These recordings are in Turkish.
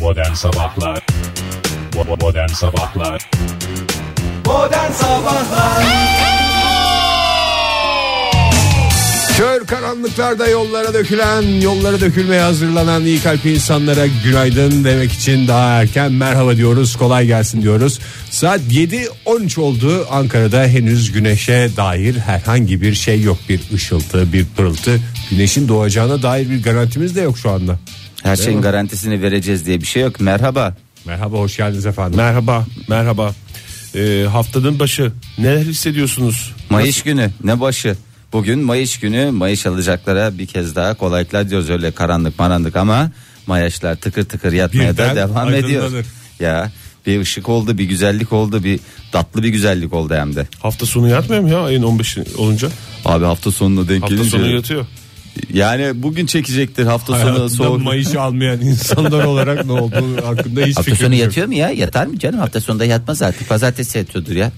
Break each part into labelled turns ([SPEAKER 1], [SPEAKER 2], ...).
[SPEAKER 1] Modern Sabahlar Bo- Modern Sabahlar
[SPEAKER 2] Modern Sabahlar
[SPEAKER 3] Kör karanlıklarda yollara dökülen, yollara dökülmeye hazırlanan iyi kalpli insanlara günaydın demek için daha erken merhaba diyoruz, kolay gelsin diyoruz. Saat 7.13 oldu. Ankara'da henüz güneşe dair herhangi bir şey yok. Bir ışıltı, bir pırıltı. Güneşin doğacağına dair bir garantimiz de yok şu anda.
[SPEAKER 4] Her şeyin garantisini vereceğiz diye bir şey yok. Merhaba.
[SPEAKER 3] Merhaba, hoş geldiniz efendim.
[SPEAKER 5] Merhaba, merhaba. Ee, haftanın başı. Neler hissediyorsunuz?
[SPEAKER 4] Mayış günü ne başı. Bugün Mayış günü Mayış alacaklara bir kez daha kolaylıklar diyoruz öyle karanlık maranlık ama Mayaşlar tıkır tıkır yatmaya da
[SPEAKER 3] Birden
[SPEAKER 4] devam ediyor.
[SPEAKER 3] aydınlanır.
[SPEAKER 4] Ya bir ışık oldu bir güzellik oldu bir tatlı bir güzellik oldu hem de.
[SPEAKER 5] Hafta sonu yatmıyor mu ya ayın 15 olunca?
[SPEAKER 4] Abi hafta sonuna denk
[SPEAKER 5] Hafta
[SPEAKER 4] gelince.
[SPEAKER 5] sonu yatıyor.
[SPEAKER 4] Yani bugün çekecektir hafta sonu
[SPEAKER 3] Hayatında
[SPEAKER 4] soğuk.
[SPEAKER 3] Mayış'ı almayan insanlar olarak ne olduğu hakkında hiç
[SPEAKER 4] Hafta
[SPEAKER 3] fikrim
[SPEAKER 4] sonu
[SPEAKER 3] yok.
[SPEAKER 4] yatıyor mu ya? Yatar mı canım? Hafta sonunda yatmaz artık. Pazartesi yatıyordur ya.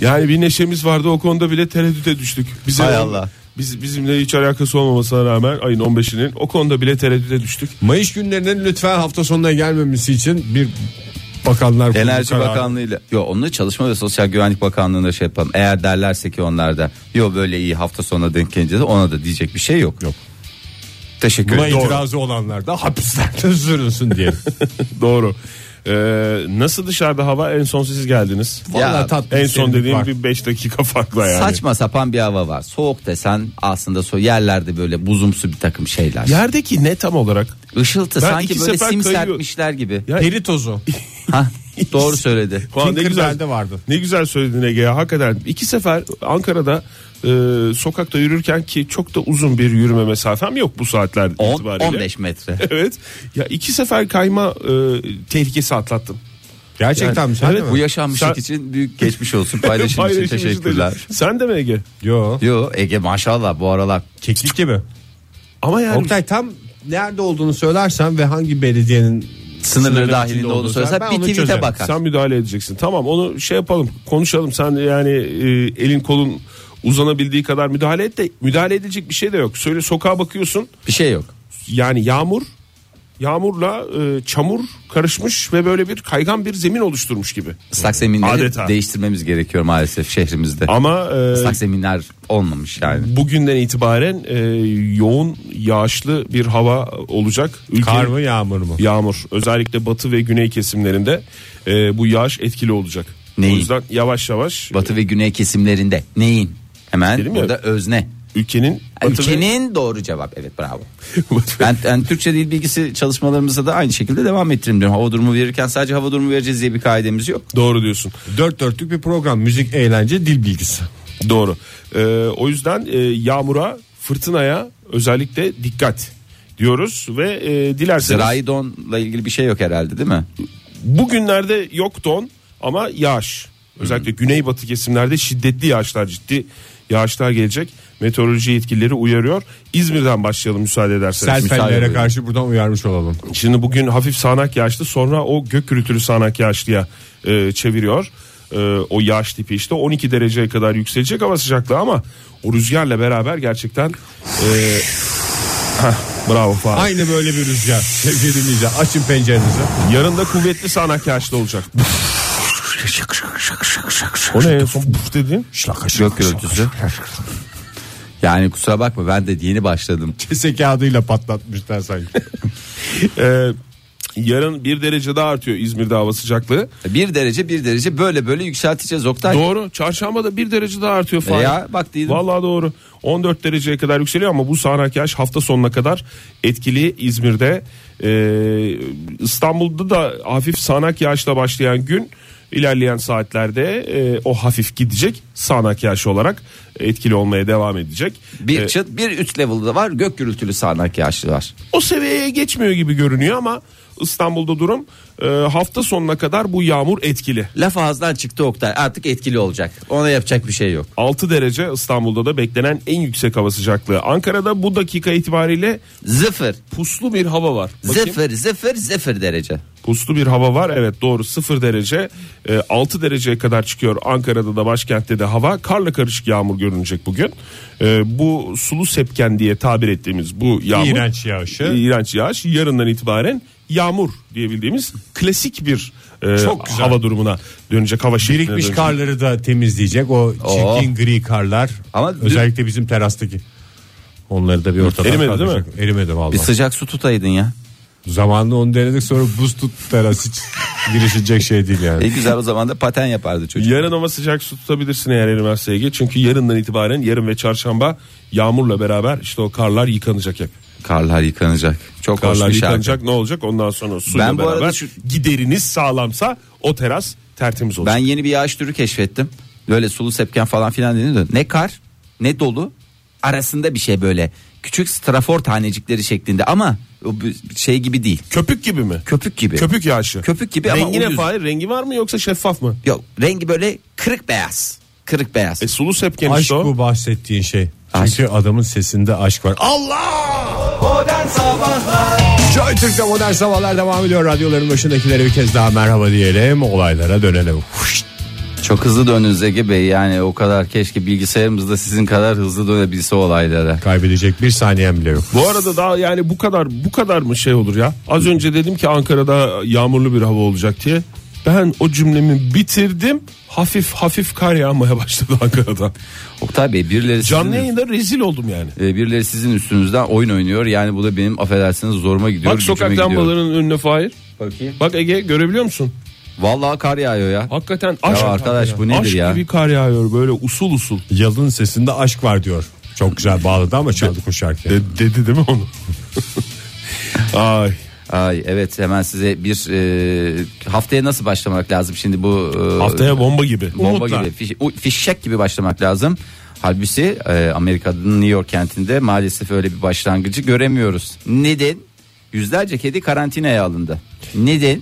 [SPEAKER 5] Yani bir neşemiz vardı o konuda bile tereddüte düştük. Bize
[SPEAKER 4] Hay Allah.
[SPEAKER 5] Biz, bizimle hiç alakası olmamasına rağmen ayın 15'inin o konuda bile tereddüte düştük.
[SPEAKER 3] Mayış günlerinin lütfen hafta sonuna gelmemesi için bir bakanlar kurulu
[SPEAKER 4] Enerji
[SPEAKER 3] kararı.
[SPEAKER 4] Bakanlığı'yla. Yo onu Çalışma ve Sosyal Güvenlik Bakanlığı'na şey yapalım. Eğer derlerse ki onlar da yo böyle iyi hafta sonuna denk gelince de ona da diyecek bir şey yok.
[SPEAKER 3] Yok.
[SPEAKER 4] Teşekkür
[SPEAKER 3] Buna
[SPEAKER 4] ederim.
[SPEAKER 3] itirazı olanlar da hapislerde sürünsün diye.
[SPEAKER 5] Doğru. Ee, nasıl dışarıda hava en son siz geldiniz.
[SPEAKER 3] Vallahi tatlı
[SPEAKER 5] En
[SPEAKER 3] bir şey.
[SPEAKER 5] son
[SPEAKER 3] serinlik
[SPEAKER 5] dediğim
[SPEAKER 3] var.
[SPEAKER 5] bir 5 dakika farkla yani.
[SPEAKER 4] Saçma sapan bir hava var. Soğuk desen aslında so yerlerde böyle buzumsu bir takım şeyler.
[SPEAKER 5] Yerdeki ne tam olarak?
[SPEAKER 4] Işıltı
[SPEAKER 5] Ben
[SPEAKER 4] sanki
[SPEAKER 5] iki
[SPEAKER 4] böyle
[SPEAKER 5] sefer
[SPEAKER 4] sim
[SPEAKER 5] kayıyor.
[SPEAKER 4] serpmişler gibi.
[SPEAKER 5] Ya-
[SPEAKER 3] Peri tozu.
[SPEAKER 4] Hah, doğru söyledi.
[SPEAKER 5] Ulan ne güzel
[SPEAKER 3] Tinkerbell'de vardı.
[SPEAKER 5] Ne güzel söyledin Ege ya hakikaten. iki sefer Ankara'da e, sokakta yürürken ki çok da uzun bir yürüme mesafem yok bu saatler
[SPEAKER 4] On-
[SPEAKER 5] itibariyle.
[SPEAKER 4] 15 metre.
[SPEAKER 5] Evet. Ya iki sefer kayma e, tehlikesi atlattım.
[SPEAKER 3] Gerçekten
[SPEAKER 5] Yani-
[SPEAKER 3] mi sen
[SPEAKER 5] Evet,
[SPEAKER 3] de mi?
[SPEAKER 4] Bu yaşanmışlık
[SPEAKER 5] Sen-
[SPEAKER 4] için büyük geçmiş olsun. Paylaşım için
[SPEAKER 5] Paylaşım
[SPEAKER 4] teşekkürler.
[SPEAKER 5] için de- Sen de mi Ege?
[SPEAKER 3] Yo.
[SPEAKER 4] Yo Ege maşallah bu aralar
[SPEAKER 3] Keklik gibi.
[SPEAKER 5] Ama yani
[SPEAKER 3] Oktay tam nerede olduğunu söylersen ve hangi belediyenin
[SPEAKER 4] sınırları dahilinde
[SPEAKER 3] içinde
[SPEAKER 4] olduğunu
[SPEAKER 3] olduğunu
[SPEAKER 4] söylesen
[SPEAKER 3] ben
[SPEAKER 4] bir
[SPEAKER 3] onu
[SPEAKER 4] tweet'e
[SPEAKER 3] çözerim.
[SPEAKER 4] bakar.
[SPEAKER 5] sen müdahale edeceksin. Tamam onu şey yapalım konuşalım. Sen yani e, elin kolun uzanabildiği kadar müdahale et de müdahale edilecek bir şey de yok. Söyle sokağa bakıyorsun.
[SPEAKER 4] Bir şey yok.
[SPEAKER 5] yani yağmur yağmurla e, çamur karışmış ve böyle bir kaygan bir zemin oluşturmuş gibi.
[SPEAKER 4] Islak zeminleri
[SPEAKER 5] Adeta.
[SPEAKER 4] değiştirmemiz gerekiyor maalesef şehrimizde.
[SPEAKER 5] Ama e,
[SPEAKER 4] Islak zeminler olmamış yani.
[SPEAKER 5] bugünden itibaren e, yoğun yağışlı bir hava olacak. Ülkenin-
[SPEAKER 3] Kar mı yağmur mu?
[SPEAKER 5] Yağmur özellikle batı ve güney kesimlerinde e, bu yağış etkili olacak.
[SPEAKER 4] Neyi?
[SPEAKER 5] O yüzden yavaş yavaş
[SPEAKER 4] Batı ve güney kesimlerinde neyin? Hemen
[SPEAKER 5] Dedim ya.
[SPEAKER 4] burada özne.
[SPEAKER 5] ülkenin batı ve-
[SPEAKER 4] Ülkenin doğru cevap evet bravo.
[SPEAKER 5] batı ve-
[SPEAKER 4] Ben, ben Türkçe dil bilgisi çalışmalarımıza da aynı şekilde devam ettireyim diyorum. Hava durumu verirken sadece hava durumu vereceğiz diye bir kaidemiz yok.
[SPEAKER 5] doğru diyorsun.
[SPEAKER 3] Dört dörtlük bir program. Müzik, eğlence, dil bilgisi.
[SPEAKER 5] Doğru. Ee, o yüzden e, yağmura, fırtınaya özellikle dikkat diyoruz ve e, dilerseniz
[SPEAKER 4] Zirai donla ilgili bir şey yok herhalde değil mi?
[SPEAKER 5] bugünlerde yok don ama yağış. Özellikle güneybatı kesimlerde şiddetli yağışlar, ciddi yağışlar gelecek. Meteoroloji yetkilileri uyarıyor. İzmir'den başlayalım müsaade ederseniz.
[SPEAKER 3] Sel
[SPEAKER 4] müsaade
[SPEAKER 3] fellere
[SPEAKER 4] buyurun.
[SPEAKER 3] karşı buradan uyarmış olalım.
[SPEAKER 5] Şimdi bugün hafif sağanak yağışlı sonra o gök gürültülü sağanak yağışlıya e, çeviriyor. E, o yağış tipi işte 12 dereceye kadar yükselecek hava sıcaklığı ama o rüzgarla beraber gerçekten e, heh, bravo Fahri.
[SPEAKER 3] Aynı böyle bir rüzgar. Sevgili dinleyiciler açın pencerenizi.
[SPEAKER 5] Yarın da kuvvetli sağanak yağışlı olacak. o ne en son puf dedin?
[SPEAKER 4] Gök gürültüsü. Yani kusura bakma ben de yeni başladım.
[SPEAKER 3] Kese kağıdıyla patlatmışlar sanki.
[SPEAKER 5] E, yarın 1 derece daha artıyor İzmir'de hava sıcaklığı.
[SPEAKER 4] Bir derece bir derece böyle böyle yükselteceğiz Oktay.
[SPEAKER 5] Doğru. Çarşamba da 1 derece daha artıyor Fahri.
[SPEAKER 4] Ya bak değilim.
[SPEAKER 5] Vallahi doğru. 14 dereceye kadar yükseliyor ama bu sağanak yağış hafta sonuna kadar etkili İzmir'de. Ee, İstanbul'da da hafif sağanak yağışla başlayan gün ilerleyen saatlerde e, o hafif gidecek sağanak yağış olarak etkili olmaya devam edecek.
[SPEAKER 4] Bir
[SPEAKER 5] Ee,
[SPEAKER 4] çıt bir üst level'da var gök gürültülü sağanak yağışlı var.
[SPEAKER 5] o seviyeye geçmiyor gibi görünüyor ama İstanbul'da durum e, hafta sonuna kadar bu yağmur etkili.
[SPEAKER 4] Laf ağızdan çıktı Oktay artık etkili olacak. Ona yapacak bir şey yok.
[SPEAKER 5] 6 derece İstanbul'da da beklenen en yüksek hava sıcaklığı. Ankara'da bu dakika itibariyle
[SPEAKER 4] Zıfır.
[SPEAKER 5] puslu bir hava var. Bakayım.
[SPEAKER 4] Zıfır zıfır zıfır derece.
[SPEAKER 5] Puslu bir hava var evet doğru 0 derece e, 6 dereceye kadar çıkıyor Ankara'da da başkentte de hava karla karışık yağmur görünecek bugün. E, bu sulu sepken diye tabir ettiğimiz bu yağmur.
[SPEAKER 3] İğrenç yağışı.
[SPEAKER 5] İğrenç yağış yarından itibaren yağmur diye bildiğimiz klasik bir e,
[SPEAKER 3] Çok güzel.
[SPEAKER 5] hava durumuna dönecek hava şekline
[SPEAKER 3] Birikmiş
[SPEAKER 5] dönecek.
[SPEAKER 3] karları da temizleyecek o
[SPEAKER 4] Oo.
[SPEAKER 5] Oh.
[SPEAKER 3] çirkin gri karlar.
[SPEAKER 4] Ama dün-
[SPEAKER 3] özellikle bizim terastaki. Onları da bir ortadan
[SPEAKER 5] Erimedi değil
[SPEAKER 3] kaldıracak. Erimedi
[SPEAKER 4] Bir
[SPEAKER 3] vallahi.
[SPEAKER 4] sıcak su tutaydın ya.
[SPEAKER 3] Zamanında onu denedik sonra buz tut teras hiç girişecek şey değil yani.
[SPEAKER 4] E güzel o zaman da paten yapardı çocuk.
[SPEAKER 5] Yarın ama sıcak su tutabilirsin eğer erimezse Ege. Çünkü yarından itibaren yarın ve çarşamba yağmurla beraber işte o karlar yıkanacak hep.
[SPEAKER 4] Karlar yıkanacak. Çok
[SPEAKER 5] Karlar
[SPEAKER 4] hoş bir şarkı.
[SPEAKER 5] yıkanacak ne olacak ondan sonra suyla
[SPEAKER 4] Ben bu arada
[SPEAKER 5] beraber
[SPEAKER 4] şu-
[SPEAKER 5] gideriniz sağlamsa o teras tertemiz
[SPEAKER 4] Ben
[SPEAKER 5] olacak.
[SPEAKER 4] yeni bir yağış türü keşfettim. Böyle sulu sepken falan filan deniyordu. Ne kar ne dolu arasında bir şey böyle. Küçük strafor tanecikleri şeklinde ama o bir şey gibi değil.
[SPEAKER 5] Köpük gibi mi?
[SPEAKER 4] Köpük gibi.
[SPEAKER 5] Köpük yağışı.
[SPEAKER 4] Köpük gibi ama
[SPEAKER 5] Rengi ne
[SPEAKER 4] ucuz.
[SPEAKER 5] Fahir? Rengi var mı yoksa şeffaf mı?
[SPEAKER 4] Yok rengi böyle kırık beyaz. Kırık beyaz.
[SPEAKER 5] E sulu sepken
[SPEAKER 3] Aşk
[SPEAKER 5] işte o.
[SPEAKER 3] bu bahsettiğin şey.
[SPEAKER 4] Aşk.
[SPEAKER 3] Çünkü adamın sesinde aşk var. Allah!
[SPEAKER 2] Modern Sabahlar
[SPEAKER 3] Joy Türk'te modern sabahlar devam ediyor. Radyoların başındakilere bir kez daha merhaba diyelim. Olaylara dönelim.
[SPEAKER 4] Çok hızlı döndünüz Ege Bey yani o kadar keşke bilgisayarımız da sizin kadar hızlı dönebilse olaylara.
[SPEAKER 3] Kaybedecek bir saniyem bile yok.
[SPEAKER 5] Bu arada daha yani bu kadar bu kadar mı şey olur ya? Az önce dedim ki Ankara'da yağmurlu bir hava olacak diye. Ben o cümlemi bitirdim. Hafif hafif kar yağmaya başladı Ankara'da.
[SPEAKER 4] Oktay Bey birileri
[SPEAKER 5] Canlı
[SPEAKER 4] sizin,
[SPEAKER 5] yayında rezil oldum yani.
[SPEAKER 4] e, birileri sizin üstünüzden oyun oynuyor. Yani bu da benim affedersiniz zoruma gidiyor.
[SPEAKER 5] Bak
[SPEAKER 4] gücüme
[SPEAKER 5] sokak
[SPEAKER 4] gidiyor.
[SPEAKER 5] lambalarının önüne Fahir.
[SPEAKER 4] Bakayım.
[SPEAKER 5] Bak Ege görebiliyor musun?
[SPEAKER 4] Vallahi kar yağıyor ya.
[SPEAKER 5] Hakikaten aşk.
[SPEAKER 4] Ya arkadaş bu nedir
[SPEAKER 5] aşk
[SPEAKER 4] ya?
[SPEAKER 5] gibi kar yağıyor böyle usul usul.
[SPEAKER 3] Yalın sesinde aşk var diyor. Çok güzel bağladı ama çaldık o şarkıyı.
[SPEAKER 5] dedi değil mi onu? Ay.
[SPEAKER 4] Ay evet hemen size bir e, haftaya nasıl başlamak lazım şimdi bu e,
[SPEAKER 5] Haftaya bomba gibi.
[SPEAKER 4] bomba
[SPEAKER 5] Umutla.
[SPEAKER 4] gibi fiş- u- fişek gibi başlamak lazım. Halbuki e, Amerika'nın New York kentinde maalesef öyle bir başlangıcı göremiyoruz. Neden? Yüzlerce kedi karantinaya alındı. Neden?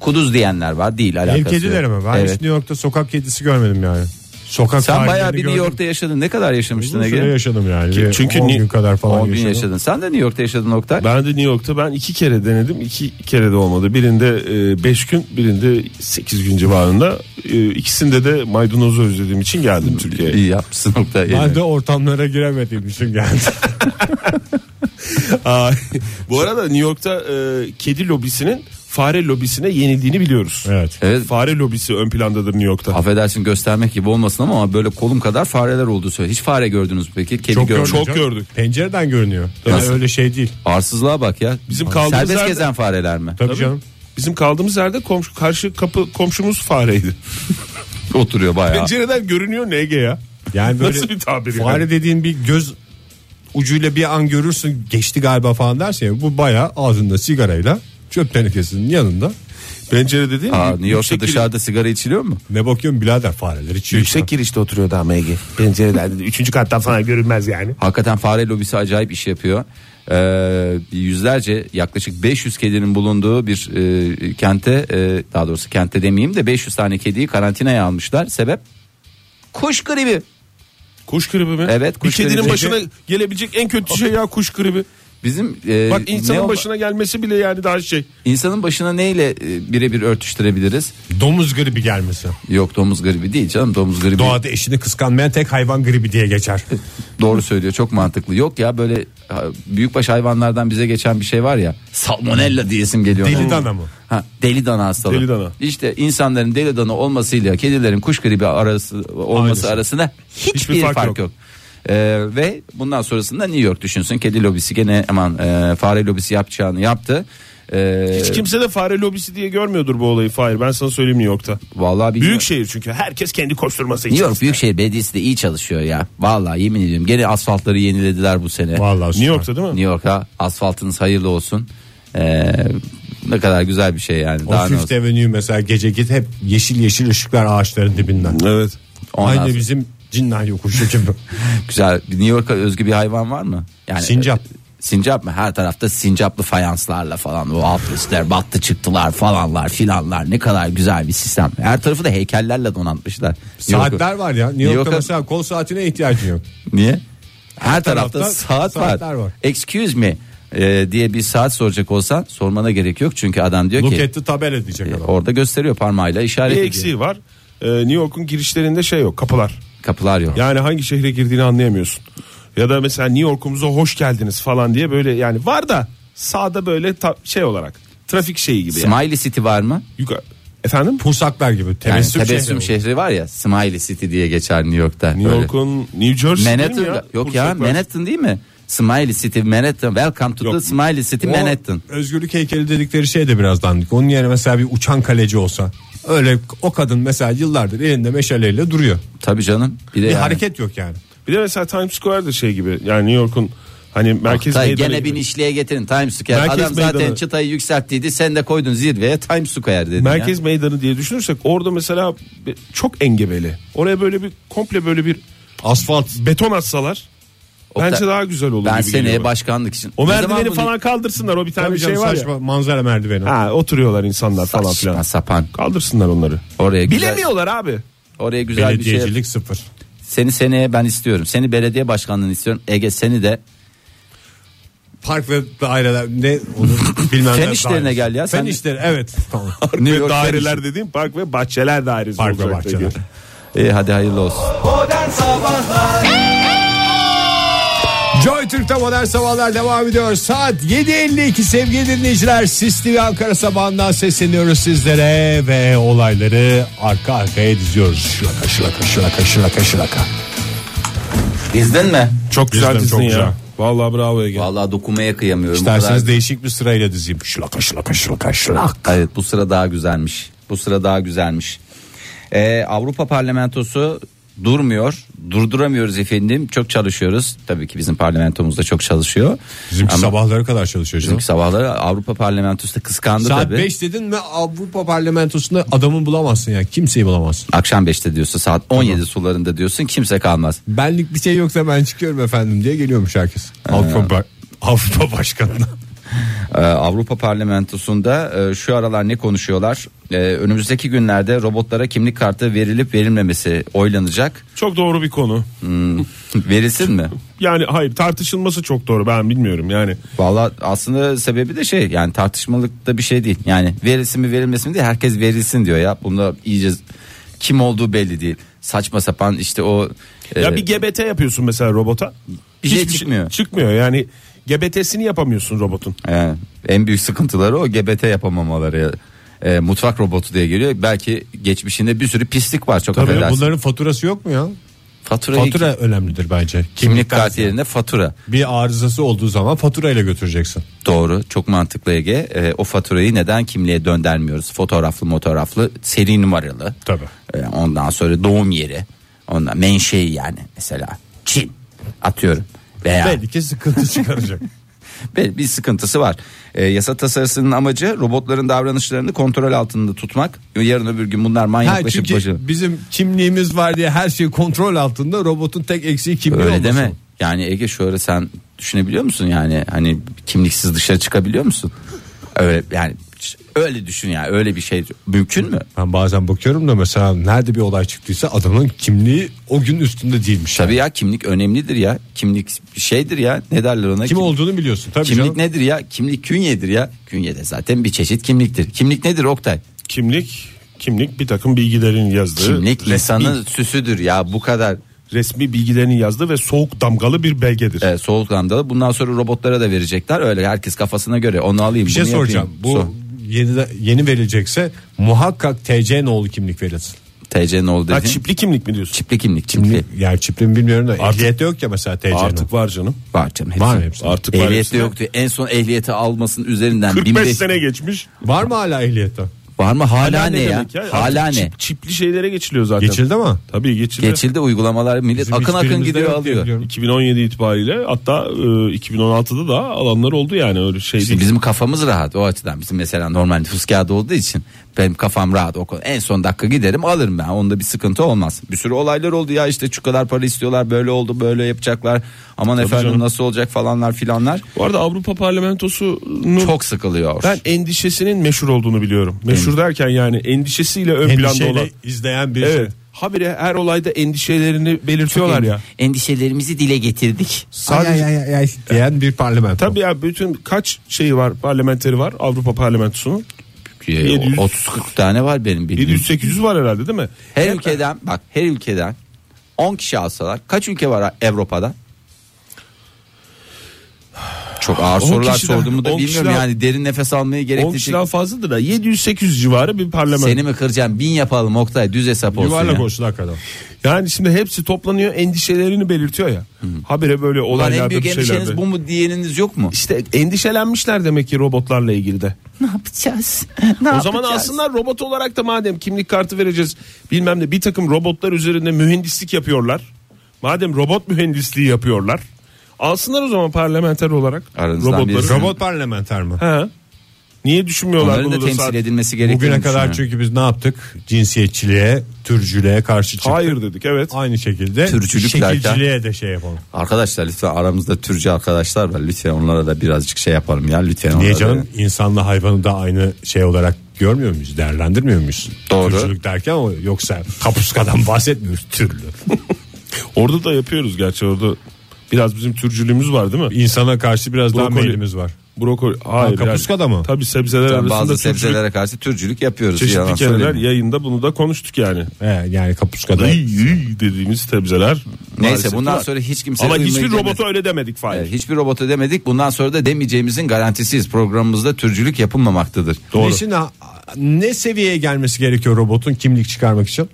[SPEAKER 4] Kuduz diyenler var değil alakası.
[SPEAKER 3] Ev
[SPEAKER 4] yok.
[SPEAKER 3] kedileri mi? Ben hiç
[SPEAKER 4] Evet.
[SPEAKER 3] New York'ta sokak kedisi görmedim yani. Sokak
[SPEAKER 4] Sen bayağı
[SPEAKER 3] fareleri
[SPEAKER 4] bir New
[SPEAKER 3] gördüm.
[SPEAKER 4] York'ta yaşadın. Ne kadar yaşamıştın
[SPEAKER 3] Uzun süre
[SPEAKER 4] Ege?
[SPEAKER 3] yaşadım yani.
[SPEAKER 5] Ki-
[SPEAKER 3] Bir
[SPEAKER 5] çünkü
[SPEAKER 3] 10
[SPEAKER 5] ni-
[SPEAKER 3] gün kadar falan
[SPEAKER 4] 10 gün
[SPEAKER 3] yaşadım.
[SPEAKER 4] yaşadın. Sen de New York'ta yaşadın Oktay.
[SPEAKER 5] Ben de New York'ta ben iki kere denedim. iki kere de olmadı. Birinde 5 gün, birinde 8 gün civarında. E, ikisinde de maydanozu özlediğim için geldim Türkiye'ye.
[SPEAKER 4] İyi yapmışsın Oktay.
[SPEAKER 3] Ben de ortamlara giremedim için geldi.
[SPEAKER 5] Ay. Bu arada New York'ta e, kedi lobisinin fare lobisine yenildiğini biliyoruz.
[SPEAKER 3] evet.
[SPEAKER 4] Evet.
[SPEAKER 5] Fare lobisi ön plandadır New York'ta.
[SPEAKER 4] Affedersin göstermek gibi olmasın ama böyle kolum kadar fareler oldu söyle. Hiç fare gördünüz mü peki? Kedi
[SPEAKER 3] Çok
[SPEAKER 4] gördünüz.
[SPEAKER 3] gördük.
[SPEAKER 4] mü?
[SPEAKER 5] Çok gördük.
[SPEAKER 3] Pencereden görünüyor. Tabii
[SPEAKER 4] Nasıl?
[SPEAKER 3] öyle şey değil.
[SPEAKER 4] Arsızlığa bak ya.
[SPEAKER 5] Bizim kaldığımız
[SPEAKER 4] Serbest
[SPEAKER 5] yerde-
[SPEAKER 4] gezen fareler mi?
[SPEAKER 3] Tabii, canım.
[SPEAKER 5] Bizim kaldığımız yerde komşu karşı kapı komşumuz fareydi.
[SPEAKER 4] Oturuyor bayağı.
[SPEAKER 5] Pencereden görünüyor ne Ege ya?
[SPEAKER 3] Yani böyle
[SPEAKER 5] Nasıl bir tabir yani?
[SPEAKER 3] fare dediğin bir göz ucuyla bir an görürsün geçti galiba falan dersin ya. Bu bayağı ağzında sigarayla çöp tenekesinin yanında.
[SPEAKER 5] Pencere dediğin
[SPEAKER 4] Aa,
[SPEAKER 5] gibi
[SPEAKER 4] New York'ta
[SPEAKER 5] yüksek
[SPEAKER 4] dışarıda sigara içiliyor mu?
[SPEAKER 3] Ne bakıyorsun birader fareler içiyor. işte.
[SPEAKER 5] Yüksek girişte oturuyordu ama Ege. Pencereden üçüncü kattan falan görünmez yani.
[SPEAKER 4] Hakikaten fare lobisi acayip iş yapıyor. Ee, yüzlerce yaklaşık 500 kedinin bulunduğu bir e, kente e, daha doğrusu kente demeyeyim de 500 tane kediyi karantinaya almışlar. Sebep? Kuş gribi.
[SPEAKER 5] Kuş gribi mi?
[SPEAKER 4] Evet, kuş
[SPEAKER 5] Bir kedinin
[SPEAKER 4] gribi.
[SPEAKER 5] başına gelebilecek en kötü şey ya kuş gribi.
[SPEAKER 4] Bizim e,
[SPEAKER 5] Bak
[SPEAKER 4] ne
[SPEAKER 5] insanın
[SPEAKER 4] ola-
[SPEAKER 5] başına gelmesi bile yani daha şey.
[SPEAKER 4] insanın başına neyle e, birebir örtüştürebiliriz?
[SPEAKER 3] Domuz gribi gelmesi.
[SPEAKER 4] Yok domuz gribi değil canım domuz gribi.
[SPEAKER 3] Doğada eşini kıskanmayan tek hayvan gribi diye geçer.
[SPEAKER 4] Doğru söylüyor çok mantıklı. Yok ya böyle ha, büyükbaş hayvanlardan bize geçen bir şey var ya. Salmonella diyesim geliyor.
[SPEAKER 3] Deli dana mı?
[SPEAKER 4] Ha, deli dana hastalığı.
[SPEAKER 5] Deli dana.
[SPEAKER 4] İşte insanların deli dana olmasıyla kedilerin kuş gribi arası olması
[SPEAKER 3] Aynısı.
[SPEAKER 4] arasında hiçbir,
[SPEAKER 5] Hiçbir
[SPEAKER 4] fark,
[SPEAKER 5] fark
[SPEAKER 4] yok.
[SPEAKER 5] yok.
[SPEAKER 4] Ee, ve bundan sonrasında New York düşünsün. Kedi lobisi gene aman e, fare lobisi yapacağını yaptı. Ee,
[SPEAKER 5] Hiç kimse de fare lobisi diye görmüyordur bu olayı Fahir. Ben sana söyleyeyim New York'ta.
[SPEAKER 4] Vallahi bilmiyorum.
[SPEAKER 5] Büyük şehir çünkü herkes kendi koşturması için.
[SPEAKER 4] New York Büyükşehir Belediyesi de iyi çalışıyor ya. Vallahi yemin ediyorum. Gene asfaltları yenilediler bu sene.
[SPEAKER 3] Vallahi
[SPEAKER 5] New York'ta değil mi?
[SPEAKER 4] New York'a asfaltınız hayırlı olsun. Ee, ne kadar güzel bir şey yani.
[SPEAKER 3] O
[SPEAKER 4] Daha ne
[SPEAKER 3] Fifth
[SPEAKER 4] olsun.
[SPEAKER 3] Avenue mesela gece git hep yeşil yeşil ışıklar ağaçların dibinden.
[SPEAKER 5] Evet.
[SPEAKER 4] Ondan
[SPEAKER 3] Aynı
[SPEAKER 4] sonra-
[SPEAKER 3] bizim cinnan yokuşu gibi.
[SPEAKER 4] Güzel. New York'a özgü bir hayvan var mı? Yani
[SPEAKER 3] Sincap.
[SPEAKER 4] e, Sincap mı? Her tarafta sincaplı fayanslarla falan bu alt üstler battı çıktılar falanlar filanlar ne kadar güzel bir sistem. Her tarafı da heykellerle donatmışlar. New York'u-
[SPEAKER 3] Saatler var ya. New
[SPEAKER 4] New
[SPEAKER 3] York'ta
[SPEAKER 4] York'a-
[SPEAKER 3] mesela kol saatine ihtiyacın yok.
[SPEAKER 4] Niye? Her, tarafta,
[SPEAKER 3] tarafta
[SPEAKER 4] saat var.
[SPEAKER 3] saatler var.
[SPEAKER 4] Excuse me e, diye bir saat soracak olsan sormana gerek yok çünkü adam diyor
[SPEAKER 3] Look
[SPEAKER 4] ki
[SPEAKER 3] at the tabela diyecek
[SPEAKER 4] e,
[SPEAKER 3] adam.
[SPEAKER 4] orada gösteriyor parmağıyla işaret
[SPEAKER 5] Bir
[SPEAKER 4] ediyor.
[SPEAKER 5] eksiği var. Ee, New York'un girişlerinde şey yok kapılar.
[SPEAKER 4] Kapılar yok.
[SPEAKER 5] Yani hangi şehre girdiğini anlayamıyorsun. Ya da mesela New York'umuza hoş geldiniz falan diye böyle yani var da Sağda böyle ta- şey olarak trafik şeyi gibi yani.
[SPEAKER 4] Smiley City var mı?
[SPEAKER 5] Yukarı. Efendim?
[SPEAKER 3] Pusaklar gibi
[SPEAKER 4] Yani
[SPEAKER 3] tebessüm,
[SPEAKER 4] tebessüm
[SPEAKER 3] şey.
[SPEAKER 4] şehri, var ya Smiley City diye geçer New York'ta.
[SPEAKER 5] New
[SPEAKER 4] Böyle.
[SPEAKER 5] York'un New Jersey
[SPEAKER 4] Manhattan
[SPEAKER 5] değil mi ya?
[SPEAKER 4] yok ya
[SPEAKER 5] Kursak var.
[SPEAKER 4] Manhattan değil mi? Smiley City Manhattan. Welcome to
[SPEAKER 5] Yok.
[SPEAKER 4] the Smiley City Manhattan.
[SPEAKER 3] O özgürlük heykeli dedikleri şey de biraz dandik. Onun yerine mesela bir uçan kaleci olsa. Öyle o kadın mesela yıllardır elinde meşaleyle duruyor.
[SPEAKER 4] Tabii canım. Bir de
[SPEAKER 3] Bir
[SPEAKER 4] yani.
[SPEAKER 3] hareket yok yani.
[SPEAKER 5] Bir de mesela Times Square'da şey gibi yani New York'un hani merkez
[SPEAKER 4] Tay,
[SPEAKER 5] meydanı
[SPEAKER 4] Ah, gene
[SPEAKER 5] gibi.
[SPEAKER 4] bin işliğe getirin Times Square.
[SPEAKER 5] Merkez
[SPEAKER 4] Adam zaten
[SPEAKER 5] meydanı.
[SPEAKER 4] çıtayı yükselttiydi. Sen de koydun zirveye Times Square dedin
[SPEAKER 5] merkez
[SPEAKER 4] ya.
[SPEAKER 5] meydanı diye düşünürsek orada mesela bir- çok engebeli. Oraya böyle bir komple böyle bir
[SPEAKER 3] Asfalt
[SPEAKER 5] beton atsalar
[SPEAKER 4] Oktay,
[SPEAKER 5] bence daha güzel olur
[SPEAKER 4] Ben
[SPEAKER 5] gibi geliyor
[SPEAKER 4] seneye
[SPEAKER 5] bana.
[SPEAKER 4] başkanlık için.
[SPEAKER 5] O
[SPEAKER 4] Ne zaman
[SPEAKER 5] merdiveni
[SPEAKER 4] bunu-
[SPEAKER 5] falan kaldırsınlar o bir tane
[SPEAKER 3] Tabii
[SPEAKER 5] şey
[SPEAKER 3] canım
[SPEAKER 5] var
[SPEAKER 3] saçma
[SPEAKER 5] ya.
[SPEAKER 3] manzara merdiveni.
[SPEAKER 5] Ha oturuyorlar insanlar falan
[SPEAKER 4] Saçma
[SPEAKER 5] filan.
[SPEAKER 4] sapan.
[SPEAKER 5] Kaldırsınlar onları.
[SPEAKER 4] Oraya güzel,
[SPEAKER 5] Bilemiyorlar abi.
[SPEAKER 4] Oraya güzel bir şey.
[SPEAKER 3] Belediyecilik sıfır.
[SPEAKER 4] Seni seneye ben istiyorum. Seni belediye başkanlığını istiyorum. Ege seni de
[SPEAKER 3] Park ve daireler ne onu bilmem
[SPEAKER 4] Fen
[SPEAKER 3] ne
[SPEAKER 4] işlerine
[SPEAKER 3] dairesi.
[SPEAKER 4] gel ya,
[SPEAKER 3] Fen
[SPEAKER 4] sen-
[SPEAKER 3] işleri evet. Tamam.
[SPEAKER 4] New
[SPEAKER 5] Ve
[SPEAKER 4] York
[SPEAKER 5] daireler dediğim park ve bahçeler dairesi
[SPEAKER 3] Park ve
[SPEAKER 5] olacak
[SPEAKER 3] bahçeler.
[SPEAKER 5] dediğim.
[SPEAKER 4] İyi E, hadi hayırlı olsun.
[SPEAKER 2] Modern Sabahlar
[SPEAKER 3] Joy Türk'te modern sabahlar devam ediyor. Saat 7.52 sevgili dinleyiciler. Sisli ve Ankara sabahından sesleniyoruz sizlere ve olayları arka arkaya diziyoruz. Şıraka şıraka şıraka şıraka şıraka.
[SPEAKER 4] İzdin mi?
[SPEAKER 5] Çok
[SPEAKER 3] Cidden
[SPEAKER 5] güzel
[SPEAKER 3] çok
[SPEAKER 5] dizdin
[SPEAKER 3] güzel.
[SPEAKER 5] ya. Vallahi bravo Ege.
[SPEAKER 4] Vallahi dokumaya kıyamıyorum. Bu kadar-
[SPEAKER 3] İsterseniz değişik bir sırayla dizeyim. Şıraka şıraka şıraka şıraka.
[SPEAKER 4] Evet bu sıra daha güzelmiş. Bu sıra daha güzelmiş. Ee, Avrupa Parlamentosu durmuyor. Durduramıyoruz efendim. Çok çalışıyoruz. Tabii ki bizim parlamentomuz da çok çalışıyor.
[SPEAKER 3] Bizimki
[SPEAKER 4] Ama
[SPEAKER 3] sabahlara kadar çalışıyor. canım.
[SPEAKER 4] Bizimki sabahları Avrupa Parlamentosu da kıskandı
[SPEAKER 3] Saat
[SPEAKER 4] tabii.
[SPEAKER 3] 5 dedin ve Avrupa parlamentosunda adamın bulamazsın ya. Kimseyi bulamazsın.
[SPEAKER 4] Akşam 5'te diyorsun saat 17 sularında diyorsun kimse kalmaz.
[SPEAKER 3] Benlik bir şey yoksa ben çıkıyorum efendim diye geliyormuş herkes. Ee. Avrupa, ba- Avrupa Başkanı'na.
[SPEAKER 4] Ee, Avrupa Parlamentosu'nda e, şu aralar ne konuşuyorlar? Ee, önümüzdeki günlerde robotlara kimlik kartı verilip verilmemesi oylanacak.
[SPEAKER 5] Çok doğru bir konu.
[SPEAKER 4] Verilsin mi?
[SPEAKER 5] Yani hayır tartışılması çok doğru ben bilmiyorum yani.
[SPEAKER 4] Valla aslında sebebi de şey yani tartışmalık da bir şey değil. Yani verilsin mi verilmesin mi değil herkes verilsin diyor ya. Bunda iyice kim olduğu belli değil. Saçma sapan işte o e,
[SPEAKER 5] Ya bir GBT yapıyorsun mesela robota.
[SPEAKER 4] Bir şey
[SPEAKER 5] Hiçbir
[SPEAKER 4] çıkmıyor.
[SPEAKER 5] çıkmıyor yani GBT'sini yapamıyorsun robotun.
[SPEAKER 4] e, en büyük sıkıntıları o GBT yapamamaları. E, mutfak robotu diye geliyor. Belki geçmişinde bir sürü pislik var çok
[SPEAKER 3] Tabii
[SPEAKER 4] affedersin.
[SPEAKER 3] bunların faturası yok mu ya?
[SPEAKER 4] Faturayı-
[SPEAKER 3] Fatura önemlidir bence.
[SPEAKER 4] kimlik kartı yerine fatura.
[SPEAKER 3] Bir arızası olduğu zaman faturayla götüreceksin.
[SPEAKER 4] Doğru çok mantıklı Ege. E, o faturayı neden kimliğe döndermiyoruz? Fotoğraflı motoraflı seri numaralı.
[SPEAKER 3] Tabii.
[SPEAKER 4] E, ondan sonra doğum yeri. Ondan menşei yani mesela Çin atıyorum. Veya
[SPEAKER 3] Belli ki sıkıntı çıkaracak.
[SPEAKER 4] Belli bir sıkıntısı var. E, yasa tasarısının amacı robotların davranışlarını kontrol altında tutmak. Yarın öbür gün bunlar
[SPEAKER 3] ha,
[SPEAKER 4] manyaklaşıp
[SPEAKER 3] çünkü
[SPEAKER 4] başı.
[SPEAKER 3] bizim kimliğimiz var diye her şey kontrol altında robotun tek eksiği kimliği
[SPEAKER 4] Öyle
[SPEAKER 3] olması.
[SPEAKER 4] deme. Yani Ege şu ara sen düşünebiliyor musun yani hani kimliksiz dışarı çıkabiliyor musun? Öyle yani öyle düşün yani öyle bir şey mümkün mü?
[SPEAKER 3] Ben bazen bakıyorum da mesela nerede bir olay çıktıysa adamın kimliği o gün üstünde değilmiş.
[SPEAKER 4] Tabii
[SPEAKER 3] yani.
[SPEAKER 4] ya kimlik önemlidir ya. Kimlik şeydir ya. Ne derler ona?
[SPEAKER 3] Kim
[SPEAKER 4] Kim-
[SPEAKER 3] olduğunu biliyorsun tabii
[SPEAKER 4] Kimlik
[SPEAKER 3] canım.
[SPEAKER 4] nedir ya? Kimlik künyedir ya. Künye de zaten bir çeşit kimliktir. Kimlik nedir Oktay?
[SPEAKER 5] Kimlik kimlik bir takım bilgilerin yazdığı.
[SPEAKER 4] Kimlik
[SPEAKER 5] resmi,
[SPEAKER 4] insanın süsüdür ya bu kadar.
[SPEAKER 5] resmi bilgilerin yazdığı ve soğuk damgalı bir belgedir.
[SPEAKER 4] E, soğuk damgalı. Bundan sonra robotlara da verecekler. Öyle herkes kafasına göre onu alayım.
[SPEAKER 3] Bir şey
[SPEAKER 4] bunu yapayım.
[SPEAKER 3] soracağım. Bu
[SPEAKER 4] Sor.
[SPEAKER 3] yeni, yeni verilecekse muhakkak TC nolu kimlik verilsin.
[SPEAKER 4] TC'nin oldu
[SPEAKER 5] Ha,
[SPEAKER 4] dediğin.
[SPEAKER 5] çipli kimlik mi diyorsun?
[SPEAKER 4] Çipli kimlik çipli.
[SPEAKER 3] Yani çiplimi bilmiyorum da ehliyette yok ya mesela TC 'nin.
[SPEAKER 5] Artık var canım.
[SPEAKER 4] Var canım hepsi.
[SPEAKER 3] Var mı hepsi?
[SPEAKER 5] Artık var
[SPEAKER 4] Ehliyette
[SPEAKER 5] hepsi.
[SPEAKER 4] yoktu. En son ehliyeti almasının üzerinden
[SPEAKER 5] 45
[SPEAKER 4] 1500
[SPEAKER 5] sene geçmiş.
[SPEAKER 3] Var mı hala ehliyette?
[SPEAKER 4] Var mı hala, ne ya?
[SPEAKER 5] demek
[SPEAKER 4] Hala
[SPEAKER 5] Artık
[SPEAKER 4] ne?
[SPEAKER 5] çip- çipli şeylere geçiliyor zaten.
[SPEAKER 3] Geçildi mi?
[SPEAKER 5] Tabii geçildi.
[SPEAKER 4] Geçildi uygulamalar millet
[SPEAKER 3] Bizim
[SPEAKER 4] akın akın
[SPEAKER 3] hiçbirimizde
[SPEAKER 4] gidiyor
[SPEAKER 3] yok diye
[SPEAKER 4] alıyor.
[SPEAKER 3] biliyorum.
[SPEAKER 5] 2017 itibariyle hatta e, 2016'da da alanlar oldu yani öyle şey
[SPEAKER 4] Şimdi
[SPEAKER 5] değil.
[SPEAKER 4] bizim kafamız rahat o açıdan. Bizim mesela normal nüfus kağıdı olduğu için benim kafam rahat. O konu- En son dakika giderim alırım ben. Onda bir sıkıntı olmaz. Bir sürü olaylar oldu ya işte şu kadar para istiyorlar böyle oldu böyle yapacaklar. Aman efendim
[SPEAKER 5] canım.
[SPEAKER 4] nasıl olacak falanlar filanlar.
[SPEAKER 5] Bu arada Avrupa Parlamentosu'nun
[SPEAKER 4] Çok sıkılıyor.
[SPEAKER 5] ben endişesinin meşhur olduğunu biliyorum. Meşhur derken yani endişesiyle ön planda
[SPEAKER 3] Endişeyle
[SPEAKER 5] olan.
[SPEAKER 3] izleyen bir
[SPEAKER 5] Evet. Habire her olayda endişelerini belirtiyorlar ya.
[SPEAKER 4] Endişelerimizi dile getirdik.
[SPEAKER 5] Sadece
[SPEAKER 3] ay, ay, ay, ay diyen bir parlamento.
[SPEAKER 5] tabii ya bütün kaç şeyi var parlamenteri var Avrupa Parlamentosu'nun. 700.
[SPEAKER 4] 30-40 tane var benim bildiğim.
[SPEAKER 5] 700-800 var herhalde değil mi?
[SPEAKER 4] Her ülkeden bak her ülkeden 10 kişi alsalar kaç ülke var Avrupa'da? çok ağır
[SPEAKER 5] On
[SPEAKER 4] sorular
[SPEAKER 5] kişiden-
[SPEAKER 4] sorduğumu da
[SPEAKER 5] on
[SPEAKER 4] bilmiyorum
[SPEAKER 5] kişiden-
[SPEAKER 4] yani derin nefes almayı
[SPEAKER 5] 10
[SPEAKER 4] gerektirecek.
[SPEAKER 5] kişiden fazladır da 700-800 civarı bir parlamento.
[SPEAKER 4] Seni mi kıracağım bin yapalım Oktay düz hesap olsun
[SPEAKER 3] Yuvarlak
[SPEAKER 4] ya.
[SPEAKER 3] olsun hakikaten.
[SPEAKER 5] Yani şimdi hepsi toplanıyor endişelerini belirtiyor ya. Habire böyle
[SPEAKER 4] Ulan en
[SPEAKER 5] olaylarda
[SPEAKER 4] büyük
[SPEAKER 5] bir
[SPEAKER 4] endişeniz
[SPEAKER 5] şeylerde.
[SPEAKER 4] bu mu diyeniniz yok mu?
[SPEAKER 5] İşte endişelenmişler demek ki robotlarla ilgili de.
[SPEAKER 4] Ne yapacağız?
[SPEAKER 5] o zaman alsınlar robot olarak da madem kimlik kartı vereceğiz bilmem ne bir takım robotlar üzerinde mühendislik yapıyorlar. Madem robot mühendisliği yapıyorlar. Alsınlar o zaman parlamenter olarak
[SPEAKER 4] Aranızdan birisi.
[SPEAKER 5] robotları.
[SPEAKER 3] Robot parlamenter mi?
[SPEAKER 5] He. Niye düşünmüyorlar
[SPEAKER 4] Onların da
[SPEAKER 5] bunu da
[SPEAKER 4] temsil
[SPEAKER 5] zaten?
[SPEAKER 4] edilmesi gerektiğini
[SPEAKER 3] Bugüne kadar
[SPEAKER 4] düşünüyorum.
[SPEAKER 3] çünkü biz ne yaptık? Cinsiyetçiliğe, türcülüğe karşı çıktık.
[SPEAKER 5] Hayır dedik evet.
[SPEAKER 3] Aynı şekilde
[SPEAKER 4] Türcülük
[SPEAKER 3] şekilciliğe de şey yapalım.
[SPEAKER 4] Arkadaşlar lütfen aramızda türcü arkadaşlar var. Lütfen onlara da birazcık şey yapalım ya. Lütfen onlara
[SPEAKER 3] Niye
[SPEAKER 4] da-
[SPEAKER 3] canım? İnsanla hayvanı da aynı şey olarak görmüyor muyuz? Değerlendirmiyor muyuz?
[SPEAKER 4] Doğru.
[SPEAKER 3] Türcülük derken o yoksa kapuskadan bahsetmiyoruz türlü.
[SPEAKER 5] Orada da yapıyoruz gerçi orada biraz bizim türcülüğümüz var değil mi?
[SPEAKER 3] İnsana karşı biraz daha
[SPEAKER 5] Brokoli.
[SPEAKER 3] meylimiz var.
[SPEAKER 5] Brokoli. Hayır.
[SPEAKER 3] Ha, kapuska da mı?
[SPEAKER 5] Tabii sebzeler
[SPEAKER 4] Yani
[SPEAKER 5] arasında
[SPEAKER 4] bazı
[SPEAKER 5] türcülük,
[SPEAKER 4] sebzelere karşı türcülük yapıyoruz. yalan
[SPEAKER 5] çeşitli kereler
[SPEAKER 4] söyleyeyim.
[SPEAKER 5] yayında bunu da konuştuk yani.
[SPEAKER 3] He, yani kapuskada.
[SPEAKER 5] Iy, iy dediğimiz sebzeler.
[SPEAKER 4] Neyse
[SPEAKER 5] maalesef
[SPEAKER 4] bundan
[SPEAKER 5] var.
[SPEAKER 4] sonra hiç kimse
[SPEAKER 5] Ama
[SPEAKER 4] duymayı
[SPEAKER 5] hiçbir
[SPEAKER 4] demedi.
[SPEAKER 5] robota öyle demedik Fahir.
[SPEAKER 4] Evet, hiçbir robota demedik. Bundan sonra da demeyeceğimizin garantisiyiz. Programımızda türcülük yapılmamaktadır.
[SPEAKER 5] Doğru.
[SPEAKER 3] İşin ha- ne seviyeye gelmesi gerekiyor robotun kimlik çıkarmak için?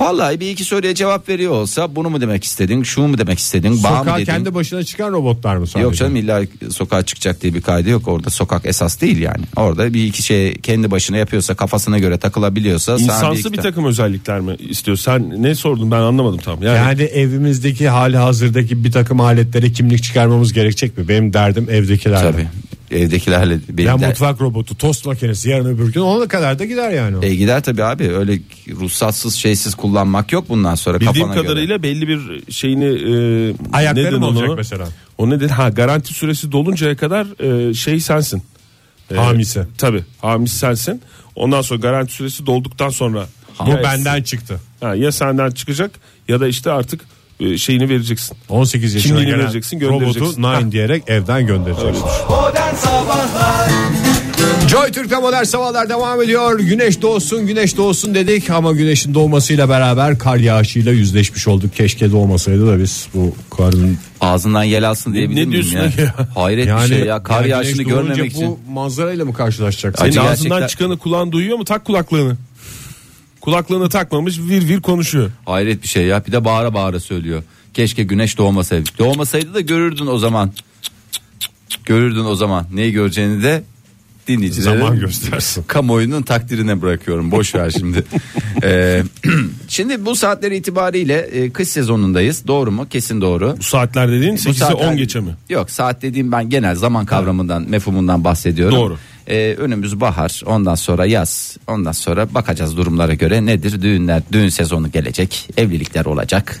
[SPEAKER 4] Vallahi bir iki soruya cevap veriyor olsa bunu mu demek istedin, şu mu demek istedin, bağ mı
[SPEAKER 3] Sokağa
[SPEAKER 4] dedin?
[SPEAKER 3] kendi başına çıkan robotlar mı sadece?
[SPEAKER 4] Yok canım illa sokağa çıkacak diye bir kaydı yok. Orada sokak esas değil yani. Orada bir iki şey kendi başına yapıyorsa kafasına göre takılabiliyorsa. sana
[SPEAKER 5] İnsansı
[SPEAKER 4] iki
[SPEAKER 5] bir
[SPEAKER 4] tane-
[SPEAKER 5] takım özellikler mi istiyor? Sen ne sordun ben anlamadım tam. Yani,
[SPEAKER 3] Yani evimizdeki hali hazırdaki bir takım aletlere kimlik çıkarmamız gerekecek mi? Benim derdim evdekilerle.
[SPEAKER 4] Tabii. Evdekilerle benim
[SPEAKER 3] Ya
[SPEAKER 4] de-
[SPEAKER 3] mutfak robotu, tost makinesi yarın öbür gün ona kadar da gider yani. o.
[SPEAKER 4] E gider tabii abi öyle ruhsatsız şeysiz kullanmak yok bundan sonra
[SPEAKER 5] bildiğim
[SPEAKER 4] kafana göre.
[SPEAKER 5] kadarıyla belli bir şeyini e,
[SPEAKER 3] Ayakların
[SPEAKER 5] nedir
[SPEAKER 3] olacak
[SPEAKER 5] onu?
[SPEAKER 3] mesela.
[SPEAKER 5] O nedir? Ha garanti süresi doluncaya kadar e, şey sensin. E,
[SPEAKER 3] Hamisi.
[SPEAKER 5] Tabii hamisi sensin. Ondan sonra garanti süresi dolduktan sonra
[SPEAKER 3] Bu
[SPEAKER 5] ya,
[SPEAKER 3] benden çıktı.
[SPEAKER 5] ha, ya senden çıkacak ya da işte artık e, şeyini vereceksin.
[SPEAKER 3] 18 yaşına
[SPEAKER 5] Kimliğini
[SPEAKER 3] gelen
[SPEAKER 5] vereceksin,
[SPEAKER 3] robotu
[SPEAKER 5] göndereceksin.
[SPEAKER 3] Nine diyerek evden göndereceksin.
[SPEAKER 2] Modern Sabahlar
[SPEAKER 3] Joy Türk'te modern sabahlar devam ediyor. Güneş doğsun güneş doğsun dedik ama güneşin doğmasıyla beraber kar yağışıyla yüzleşmiş olduk. Keşke doğmasaydı da biz bu karın
[SPEAKER 4] Ağzından yel alsın diyebilir
[SPEAKER 5] Ne
[SPEAKER 4] miyim
[SPEAKER 5] diyorsun
[SPEAKER 4] ya?
[SPEAKER 5] ya?
[SPEAKER 4] Hayret bir şey ya. Kar
[SPEAKER 3] yani
[SPEAKER 4] yağışını
[SPEAKER 3] güneş doğunca
[SPEAKER 4] görmemek için.
[SPEAKER 3] Bu manzarayla mı karşılaşacaksın?
[SPEAKER 4] Ay,
[SPEAKER 5] Senin
[SPEAKER 4] Acı
[SPEAKER 5] E, ağzından
[SPEAKER 4] gerçekten-
[SPEAKER 5] çıkanı kulağın duyuyor mu? Tak kulaklığını. Kulaklığını takmamış vir vir konuşuyor.
[SPEAKER 4] Hayret bir şey ya. Bir de bağıra bağıra söylüyor. Keşke güneş doğmasaydı. Doğmasaydı da görürdün o zaman. Görürdün o zaman. Neyi göreceğini de dinleyicilere.
[SPEAKER 3] Zaman göstersin.
[SPEAKER 4] Kamuoyunun takdirine bırakıyorum. Boş ver şimdi. Ee, şimdi bu saatler itibariyle e, kış sezonundayız. Doğru mu? Kesin doğru.
[SPEAKER 5] Bu saatler dediğin
[SPEAKER 4] Bu
[SPEAKER 5] 8'e
[SPEAKER 4] saatler-
[SPEAKER 5] 10 geçe mi?
[SPEAKER 4] Yok saat dediğim ben genel zaman kavramından mefhumundan bahsediyorum.
[SPEAKER 5] Doğru.
[SPEAKER 4] Ee, önümüz bahar ondan sonra yaz ondan sonra bakacağız durumlara göre nedir düğünler düğün sezonu gelecek evlilikler olacak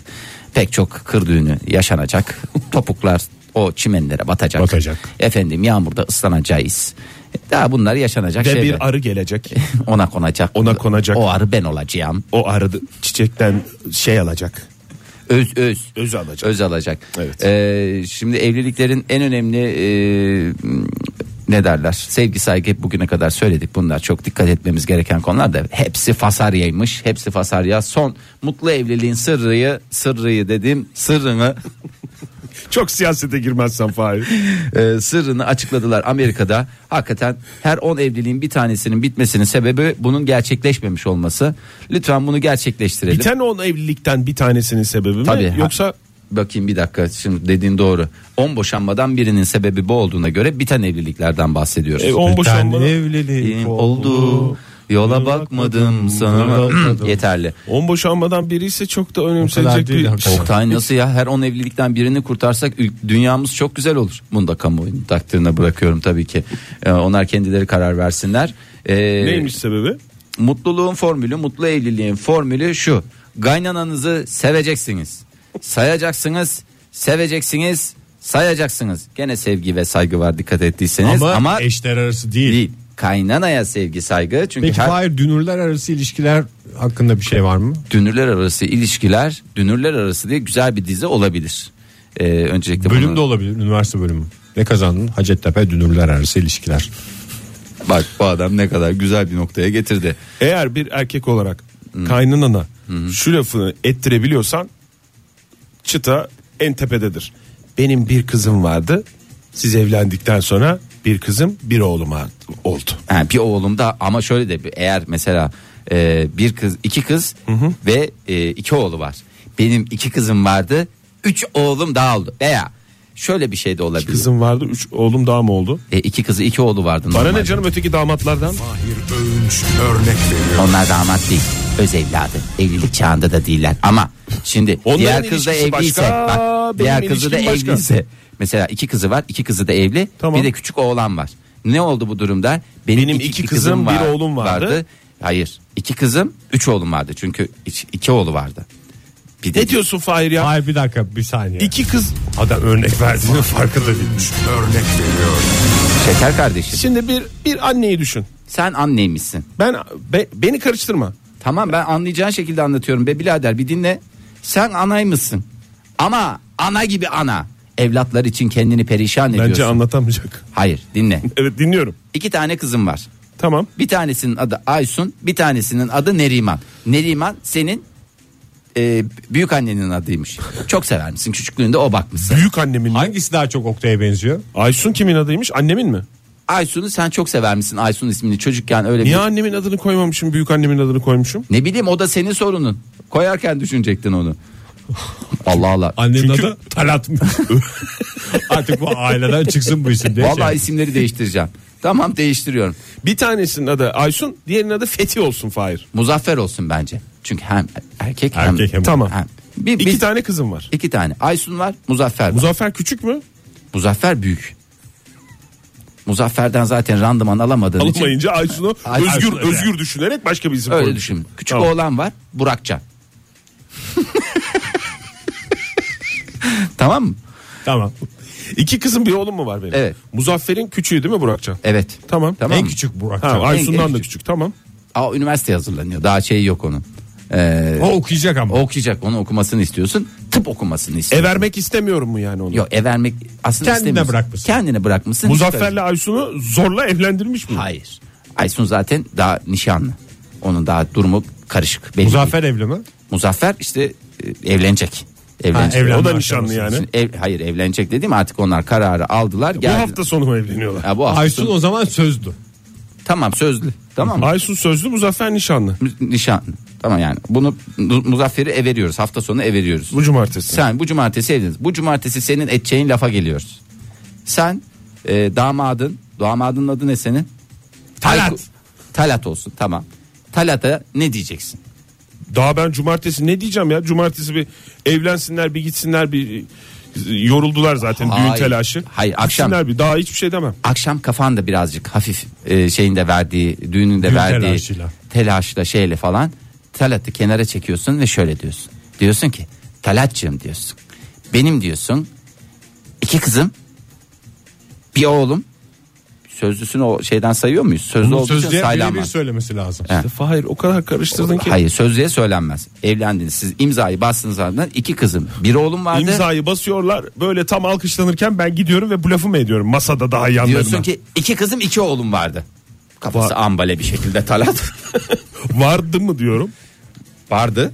[SPEAKER 4] pek çok kır düğünü yaşanacak topuklar o çimenlere batacak.
[SPEAKER 3] Batacak.
[SPEAKER 4] Efendim yağmurda ıslanacağız. Daha bunlar yaşanacak
[SPEAKER 5] De
[SPEAKER 4] şeyler.
[SPEAKER 5] bir arı gelecek.
[SPEAKER 4] ona konacak.
[SPEAKER 5] Ona konacak.
[SPEAKER 4] O arı ben olacağım.
[SPEAKER 5] O arı da- çiçekten şey alacak.
[SPEAKER 4] Öz öz.
[SPEAKER 5] Öz alacak.
[SPEAKER 4] Öz alacak.
[SPEAKER 5] Evet.
[SPEAKER 4] Ee, şimdi evliliklerin en önemli e, ne derler? Sevgi saygı hep bugüne kadar söyledik. Bunlar çok dikkat etmemiz gereken konular da hepsi fasaryaymış. Hepsi fasarya. Son mutlu evliliğin sırrıyı sırrıyı dediğim sırrını
[SPEAKER 5] Çok siyasete girmezsen Fahir.
[SPEAKER 4] e, sırrını açıkladılar Amerika'da. Hakikaten her 10 evliliğin bir tanesinin bitmesinin sebebi bunun gerçekleşmemiş olması. Lütfen bunu gerçekleştirelim.
[SPEAKER 5] Biten on evlilikten bir tanesinin sebebi mi?
[SPEAKER 4] Tabii.
[SPEAKER 5] Yoksa
[SPEAKER 4] Ha- bakayım bir dakika şimdi dediğin doğru. 10 boşanmadan birinin sebebi bu olduğuna göre biten evliliklerden bahsediyoruz.
[SPEAKER 5] e, on
[SPEAKER 3] Bir tane
[SPEAKER 5] boşanmadan,
[SPEAKER 3] evlilik
[SPEAKER 4] Kim oldu. Yola bakmadım sana.
[SPEAKER 3] bakmadım.
[SPEAKER 4] Yeterli.
[SPEAKER 5] on boşanmadan biri ise çok da önemsenecek
[SPEAKER 3] değil
[SPEAKER 5] bir...
[SPEAKER 3] hakikaten.
[SPEAKER 4] Oktay nasıl ya her 10 evlilikten birini kurtarsak ül- dünyamız çok güzel olur. Bunu da kamuoyunun takdirine bırakıyorum tabii ki. Ee, onlar kendileri karar versinler. Ee,
[SPEAKER 5] Neymiş sebebi?
[SPEAKER 4] Mutluluğun formülü, mutlu evliliğin formülü şu. Kaynananızı seveceksiniz. Sayacaksınız, seveceksiniz, sayacaksınız. Gene sevgi ve saygı var dikkat ettiyseniz
[SPEAKER 3] Ama,
[SPEAKER 4] ama,
[SPEAKER 3] eşler arası değil.
[SPEAKER 4] değil. Kaynanaya sevgi, saygı. Çünkü
[SPEAKER 3] Peki
[SPEAKER 4] her
[SPEAKER 3] hayır dünürler arası ilişkiler hakkında bir şey var mı?
[SPEAKER 4] dünürler arası ilişkiler, dünürler arası diye güzel bir dizi olabilir. Ee, öncelikle
[SPEAKER 3] Bölüm
[SPEAKER 4] bunu-
[SPEAKER 3] de olabilir üniversite bölümü. Ne kazandın? Hacettepe dünürler arası ilişkiler.
[SPEAKER 4] bak bu adam ne kadar güzel bir noktaya getirdi.
[SPEAKER 5] Eğer bir erkek olarak kaynanana şu lafını ettirebiliyorsan çıta en tepededir. Benim bir kızım vardı Siz evlendikten sonra bir kızım bir oğluma oldu.
[SPEAKER 4] Ha, bir oğlum da ama şöyle de bir- eğer mesela e, bir kız iki kız ve e, iki oğlu var. Benim iki kızım vardı. Üç oğlum daha oldu. Veya şöyle bir şey de olabilir.
[SPEAKER 5] Kızım vardı üç oğlum daha mı oldu?
[SPEAKER 4] E, iki kızı iki oğlu vardı.
[SPEAKER 5] Bana
[SPEAKER 4] normalde.
[SPEAKER 5] ne canım öteki damatlardan?
[SPEAKER 4] Onlar damat değil. Öz evladı. Evlilik çağında da değiller. Ama şimdi
[SPEAKER 5] Onların
[SPEAKER 4] diğer kız da
[SPEAKER 5] ilişkisi
[SPEAKER 4] evliyse.
[SPEAKER 5] başka,
[SPEAKER 4] bak,
[SPEAKER 5] benim
[SPEAKER 4] diğer kızı da
[SPEAKER 5] ilişkim başka.
[SPEAKER 4] evliyse. Mesela iki kızı var. iki kızı da evli.
[SPEAKER 5] Tamam.
[SPEAKER 4] Bir de küçük oğlan var. Ne oldu bu durumda?
[SPEAKER 5] Benim iki kızım, bir oğlum vardı.
[SPEAKER 4] Hayır. iki kızım, üç oğlum vardı. Çünkü iç- iki oğlu vardı. Bir de
[SPEAKER 5] Ne diyorsun Fahir ya?
[SPEAKER 3] Hayır bir dakika bir saniye.
[SPEAKER 5] İki kız
[SPEAKER 3] Adam örnek verdiğinin farkında değilmiş. Örnek veriyor.
[SPEAKER 4] şeker kardeşim.
[SPEAKER 5] şimdi bir bir anneyi düşün.
[SPEAKER 4] Sen anneymişsin.
[SPEAKER 5] Ben be- beni karıştırma.
[SPEAKER 4] Tamam ben anlayacağın şekilde anlatıyorum be birader bir dinle. Sen anaymışsın. Ama ana gibi ana. Evlatlar için kendini perişan
[SPEAKER 5] Bence
[SPEAKER 4] ediyorsun.
[SPEAKER 5] anlatamayacak.
[SPEAKER 4] Hayır dinle.
[SPEAKER 5] Evet dinliyorum.
[SPEAKER 4] İki tane kızım var.
[SPEAKER 5] Tamam.
[SPEAKER 4] Bir tanesinin adı Aysun, bir tanesinin adı Neriman. Neriman senin e, büyük annenin adıymış. Çok sever misin? Küçüklüğünde o bakmışsın.
[SPEAKER 5] Büyük annemin mi?
[SPEAKER 3] Hangisi daha çok Oktay'a benziyor?
[SPEAKER 5] Aysun kimin adıymış? Annemin mi?
[SPEAKER 4] Aysun'u sen çok sever misin? Aysun ismini çocukken öyle
[SPEAKER 5] Niye
[SPEAKER 4] bir...
[SPEAKER 5] annemin adını koymamışım? Büyük annemin adını koymuşum.
[SPEAKER 4] Ne bileyim o da senin sorunun. Koyarken düşünecektin onu. Allah Allah.
[SPEAKER 3] Annenin
[SPEAKER 5] Çünkü-
[SPEAKER 3] adı Talat mı? Artık bu aileden çıksın bu isim diye.
[SPEAKER 4] Vallahi
[SPEAKER 3] şey.
[SPEAKER 4] isimleri değiştireceğim. Tamam değiştiriyorum.
[SPEAKER 5] Bir tanesinin adı Aysun, diğerinin adı Fethi olsun Fahir.
[SPEAKER 4] Muzaffer olsun bence. Çünkü hem erkek, hem-
[SPEAKER 3] Erkek hem-
[SPEAKER 5] Tamam.
[SPEAKER 4] hem- Bir,
[SPEAKER 5] İki
[SPEAKER 4] bir-
[SPEAKER 5] tane kızım var.
[SPEAKER 4] iki tane. Aysun var, Muzaffer var.
[SPEAKER 5] Muzaffer küçük mü?
[SPEAKER 4] Muzaffer büyük. Muzaffer'den zaten randıman alamadığın için
[SPEAKER 5] Alınmayınca Aysun'u
[SPEAKER 4] Aysun-
[SPEAKER 5] özgür
[SPEAKER 3] Aysun-
[SPEAKER 5] özgür düşünerek başka bir isim
[SPEAKER 4] öyle
[SPEAKER 5] koymuş.
[SPEAKER 4] düşün. Küçük
[SPEAKER 5] Tamam.
[SPEAKER 4] oğlan var, Burakcan. tamam mı?
[SPEAKER 3] Tamam.
[SPEAKER 5] İki kızım bir oğlum mu var benim?
[SPEAKER 4] Evet.
[SPEAKER 5] Muzaffer'in küçüğü değil mi Burakcan?
[SPEAKER 4] Evet.
[SPEAKER 5] Tamam.
[SPEAKER 4] Tamam.
[SPEAKER 3] En
[SPEAKER 4] mı?
[SPEAKER 3] küçük Burak.
[SPEAKER 5] Ha,
[SPEAKER 3] Çağlar.
[SPEAKER 5] Aysun'dan
[SPEAKER 4] en
[SPEAKER 5] da
[SPEAKER 4] küçük.
[SPEAKER 5] küçük tamam.
[SPEAKER 4] Aa üniversite hazırlanıyor. Daha şey yok onun. Ee,
[SPEAKER 3] O okuyacak ama.
[SPEAKER 4] okuyacak, onu okumasını istiyorsun. Tıp okumasını istiyorsun.
[SPEAKER 5] E vermek istemiyorum mu yani onu?
[SPEAKER 4] Yok ev vermek aslında
[SPEAKER 3] Kendine
[SPEAKER 4] istemiyorsun.
[SPEAKER 3] bırakmışsın.
[SPEAKER 4] Kendine bırakmışsın.
[SPEAKER 5] Muzaffer'le Aysun'u zorla evlendirmiş mi?
[SPEAKER 4] Hayır. Aysun zaten daha nişanlı. Onun daha durumu karışık. Belli
[SPEAKER 3] Muzaffer
[SPEAKER 4] değil.
[SPEAKER 3] evli mi?
[SPEAKER 4] Muzaffer işte e, evlenecek. Evlenecek.
[SPEAKER 3] evlen-
[SPEAKER 5] O da
[SPEAKER 3] Evlenme
[SPEAKER 5] nişanlı
[SPEAKER 3] aşaması.
[SPEAKER 5] yani.
[SPEAKER 4] Şimdi ev- hayır evlenecek dedim artık onlar kararı aldılar.
[SPEAKER 5] Bu
[SPEAKER 4] geldiler.
[SPEAKER 5] hafta sonu mu evleniyorlar?
[SPEAKER 4] Ha, bu hafta
[SPEAKER 3] Aysun
[SPEAKER 4] sonu-
[SPEAKER 3] o zaman sözdü.
[SPEAKER 4] Tamam sözlü. Tamam mı?
[SPEAKER 5] Aysun sözlü Muzaffer nişanlı.
[SPEAKER 4] Mü- Nişan. Tamam yani bunu Mu- Muzaffer'i everiyoruz. Hafta sonu everiyoruz.
[SPEAKER 5] Bu cumartesi.
[SPEAKER 4] Sen bu cumartesi evlendiniz. Bu cumartesi senin edeceğin lafa geliyoruz. Sen e, damadın, damadının adı ne senin?
[SPEAKER 5] Talat.
[SPEAKER 4] Ayku- Talat olsun tamam. Talat'a ne diyeceksin?
[SPEAKER 5] Daha ben cumartesi ne diyeceğim ya? Cumartesi bir evlensinler bir gitsinler bir yoruldular zaten düğün
[SPEAKER 4] Hayır.
[SPEAKER 5] telaşı.
[SPEAKER 4] Hayır, akşam.
[SPEAKER 5] Gitsinler bir daha hiçbir şey demem.
[SPEAKER 4] Akşam kafan da birazcık hafif e, şeyin de verdiği, düğünün de
[SPEAKER 3] Düğün
[SPEAKER 4] verdiği
[SPEAKER 3] telaşıyla.
[SPEAKER 4] telaşla şeyle falan. Talat'ı kenara çekiyorsun ve şöyle diyorsun. Diyorsun ki Talat'cığım diyorsun. Benim diyorsun iki kızım bir oğlum. Sözlüsünü o şeyden sayıyor muyuz? Sözlü olduğu için
[SPEAKER 3] Sözlüğe şey birebir
[SPEAKER 4] saylanmaz.
[SPEAKER 3] söylemesi lazım.
[SPEAKER 4] Evet.
[SPEAKER 5] E, Fahir o kadar karıştırdın ki.
[SPEAKER 4] Hayır sözlüğe söylenmez. Evlendiniz siz imzayı bastınız ardından iki kızım bir oğlum vardı.
[SPEAKER 5] İmzayı basıyorlar böyle tam alkışlanırken ben gidiyorum ve bu lafı mı ediyorum masada daha yanlarına.
[SPEAKER 4] Diyorsun ki iki kızım iki oğlum vardı. Kafası ambale bir şekilde Talat.
[SPEAKER 5] Vardı mı diyorum.
[SPEAKER 4] vardı.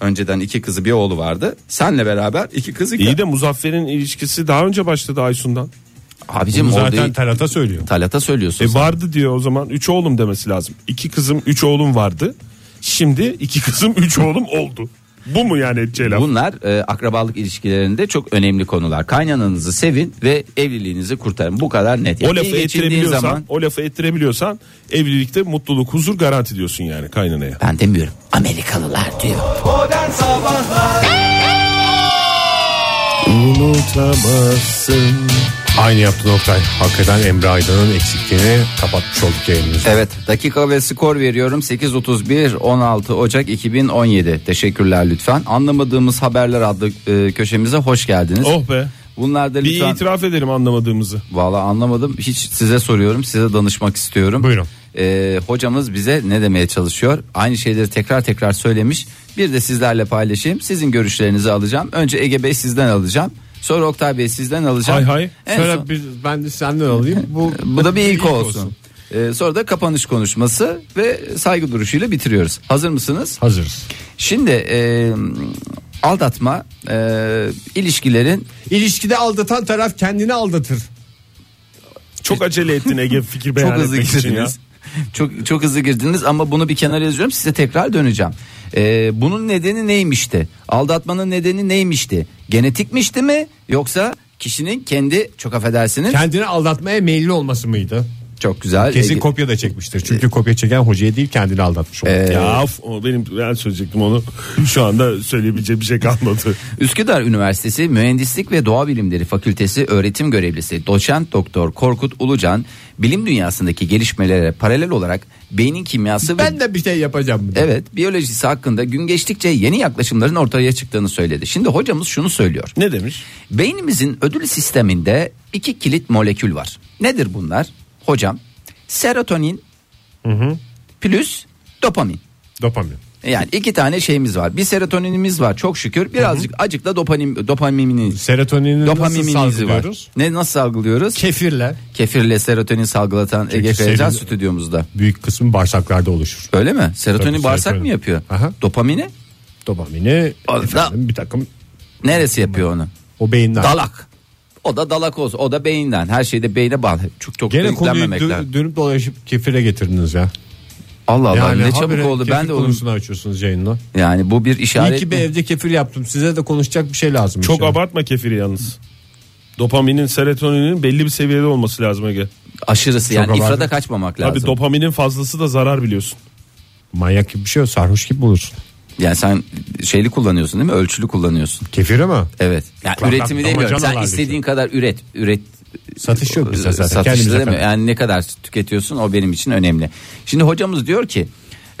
[SPEAKER 4] Önceden iki kızı bir oğlu vardı. Senle beraber iki kız iki.
[SPEAKER 5] İyi de Muzaffer'in ilişkisi daha önce başladı Aysun'dan.
[SPEAKER 4] Abicim
[SPEAKER 3] Bunu
[SPEAKER 4] orada
[SPEAKER 3] zaten Talat'a söylüyor.
[SPEAKER 4] Talat'a söylüyorsun.
[SPEAKER 5] E
[SPEAKER 4] sen.
[SPEAKER 5] vardı diyor o zaman 3 oğlum demesi lazım. 2 kızım 3 oğlum vardı. Şimdi 2 kızım 3 oğlum oldu. Bu mu yani edeceği laf?
[SPEAKER 4] Bunlar e, akrabalık ilişkilerinde çok önemli konular. Kaynananızı sevin ve evliliğinizi kurtarın. Bu kadar net.
[SPEAKER 5] O
[SPEAKER 4] Yani iyi
[SPEAKER 5] lafı
[SPEAKER 4] geçindiğin
[SPEAKER 5] ettirebiliyorsan,
[SPEAKER 4] zaman
[SPEAKER 5] o lafı ettirebiliyorsan evlilikte mutluluk, huzur garanti diyorsun yani kaynanaya.
[SPEAKER 4] ben demiyorum. Amerikalılar diyor.
[SPEAKER 2] Modern Sabahlar
[SPEAKER 3] Aynı yaptı Oktay. Hakikaten Emre Aydın'ın eksikliğini kapatmış olduk yayınımızda.
[SPEAKER 4] Evet dakika ve skor veriyorum 8.31 16 Ocak 2017 teşekkürler lütfen anlamadığımız haberler adlı e, köşemize hoş geldiniz.
[SPEAKER 5] Oh be.
[SPEAKER 4] Bunlar da
[SPEAKER 5] Bir
[SPEAKER 4] lütfen
[SPEAKER 5] itiraf edelim anlamadığımızı.
[SPEAKER 4] valla anlamadım hiç size soruyorum size danışmak istiyorum.
[SPEAKER 3] Buyurun.
[SPEAKER 4] E, hocamız bize ne demeye çalışıyor aynı şeyleri tekrar tekrar söylemiş bir de sizlerle paylaşayım sizin görüşlerinizi alacağım önce Ege Bey sizden alacağım sonra Oktay Bey sizden alacağım.
[SPEAKER 5] Hay hay.
[SPEAKER 4] En
[SPEAKER 3] Şöyle
[SPEAKER 4] son-
[SPEAKER 3] bir- ben de senden alayım. Bu,
[SPEAKER 4] bu da bir ilk olsun. Ee, sonra da kapanış konuşması ve saygı duruşuyla bitiriyoruz. Hazır mısınız?
[SPEAKER 3] Hazırız.
[SPEAKER 4] Şimdi e, aldatma e, ilişkilerin
[SPEAKER 3] İlişkide aldatan taraf kendini aldatır.
[SPEAKER 5] Çok acele ettin Ege fikir beyan
[SPEAKER 4] çok hızlı
[SPEAKER 5] etmek için ya.
[SPEAKER 4] girdiniz. Çok çok hızlı girdiniz ama bunu bir kenara yazıyorum size tekrar döneceğim. Ee, bunun nedeni neymişti? Aldatmanın nedeni neymişti? Genetikmişti mi yoksa kişinin kendi çok affedersiniz
[SPEAKER 3] Kendini aldatmaya meyilli olması mıydı?
[SPEAKER 4] çok güzel e,
[SPEAKER 3] Kesin
[SPEAKER 4] Ege-
[SPEAKER 3] kopya da çekmiştir.
[SPEAKER 4] e,
[SPEAKER 3] Çünkü kopya çeken hocaya değil kendini aldatmış oldu.
[SPEAKER 5] Ya of, o benim ben söyleyecektim onu. Şu anda söyleyebileceğim bir şey kalmadı.
[SPEAKER 4] Üsküdar Üniversitesi Mühendislik ve Doğa Bilimleri Fakültesi öğretim görevlisi doçent doktor Korkut Ulucan bilim dünyasındaki gelişmelere paralel olarak beynin kimyası ve
[SPEAKER 3] Ben de bir şey yapacağım. bir de.
[SPEAKER 4] evet biyolojisi hakkında gün geçtikçe yeni yaklaşımların ortaya çıktığını söyledi. Şimdi hocamız şunu söylüyor.
[SPEAKER 5] ne demiş?
[SPEAKER 4] Beynimizin ödül sisteminde iki kilit molekül var. Nedir bunlar? Hocam serotonin plus dopamin.
[SPEAKER 3] Dopamin.
[SPEAKER 4] Yani iki tane şeyimiz var. Bir serotoninimiz var çok şükür. Birazcık acık da dopamin, dopaminimiz.
[SPEAKER 3] Serotonini nasıl
[SPEAKER 4] Dopaminimiz var.
[SPEAKER 3] salgılıyoruz?
[SPEAKER 4] Ne nasıl salgılıyoruz?
[SPEAKER 3] Kefirle.
[SPEAKER 4] Kefirle serotonin salgılatan Ege
[SPEAKER 3] serin-
[SPEAKER 4] Feyyazan stüdyomuzda.
[SPEAKER 3] Büyük kısmı bağırsaklarda oluşur.
[SPEAKER 4] Öyle mi? Serotonin
[SPEAKER 3] Tabii,
[SPEAKER 4] bağırsak
[SPEAKER 3] serotonin.
[SPEAKER 4] mı yapıyor?
[SPEAKER 3] Aha.
[SPEAKER 4] Dopamini
[SPEAKER 3] Dopamini
[SPEAKER 4] Orada-
[SPEAKER 3] efendim, bir takım
[SPEAKER 4] neresi yapıyor onu?
[SPEAKER 3] o beyinden.
[SPEAKER 4] Dalak. O da dalak olsun. O da beyinden. Her şeyde beyne bağlı. Çok çok
[SPEAKER 3] Gene
[SPEAKER 4] da
[SPEAKER 3] konuyu
[SPEAKER 4] yüklenmemek
[SPEAKER 3] dö-
[SPEAKER 4] lazım.
[SPEAKER 3] dönüp dolaşıp kefire getirdiniz ya.
[SPEAKER 4] Allah Allah ne çabuk
[SPEAKER 3] habire
[SPEAKER 4] oldu. Ben
[SPEAKER 3] kefir
[SPEAKER 4] de onun
[SPEAKER 3] konusunu açıyorsunuz yayınla.
[SPEAKER 4] yani bu bir
[SPEAKER 3] İyi
[SPEAKER 4] işaret.
[SPEAKER 3] ki bir
[SPEAKER 4] mi?
[SPEAKER 3] evde kefir yaptım. Size de konuşacak bir şey lazım.
[SPEAKER 5] Çok
[SPEAKER 3] inşallah.
[SPEAKER 5] abartma kefiri yalnız. Dopaminin, serotoninin belli bir seviyede olması lazım Ege.
[SPEAKER 4] Aşırısı yani
[SPEAKER 3] Çok
[SPEAKER 4] ifrada
[SPEAKER 3] abartı.
[SPEAKER 4] kaçmamak lazım.
[SPEAKER 5] Abi dopaminin fazlası da zarar biliyorsun.
[SPEAKER 3] Manyak gibi bir şey yok. Sarhoş gibi olursun.
[SPEAKER 4] yani sen şeyli kullanıyorsun değil mi? Ölçülü kullanıyorsun.
[SPEAKER 3] Kefiri mi?
[SPEAKER 4] Evet. Yani
[SPEAKER 3] Kulak-
[SPEAKER 4] üretimi
[SPEAKER 3] damacanalar
[SPEAKER 4] demiyorum. Sen
[SPEAKER 3] diyorsun.
[SPEAKER 4] istediğin kadar üret, üret. e,
[SPEAKER 3] Satış şey yok bizde zaten.
[SPEAKER 4] Satışta
[SPEAKER 3] Kendimize
[SPEAKER 4] demiyorum.
[SPEAKER 3] kadar.
[SPEAKER 4] Yani ne kadar tüketiyorsun o benim için önemli. Şimdi hocamız diyor ki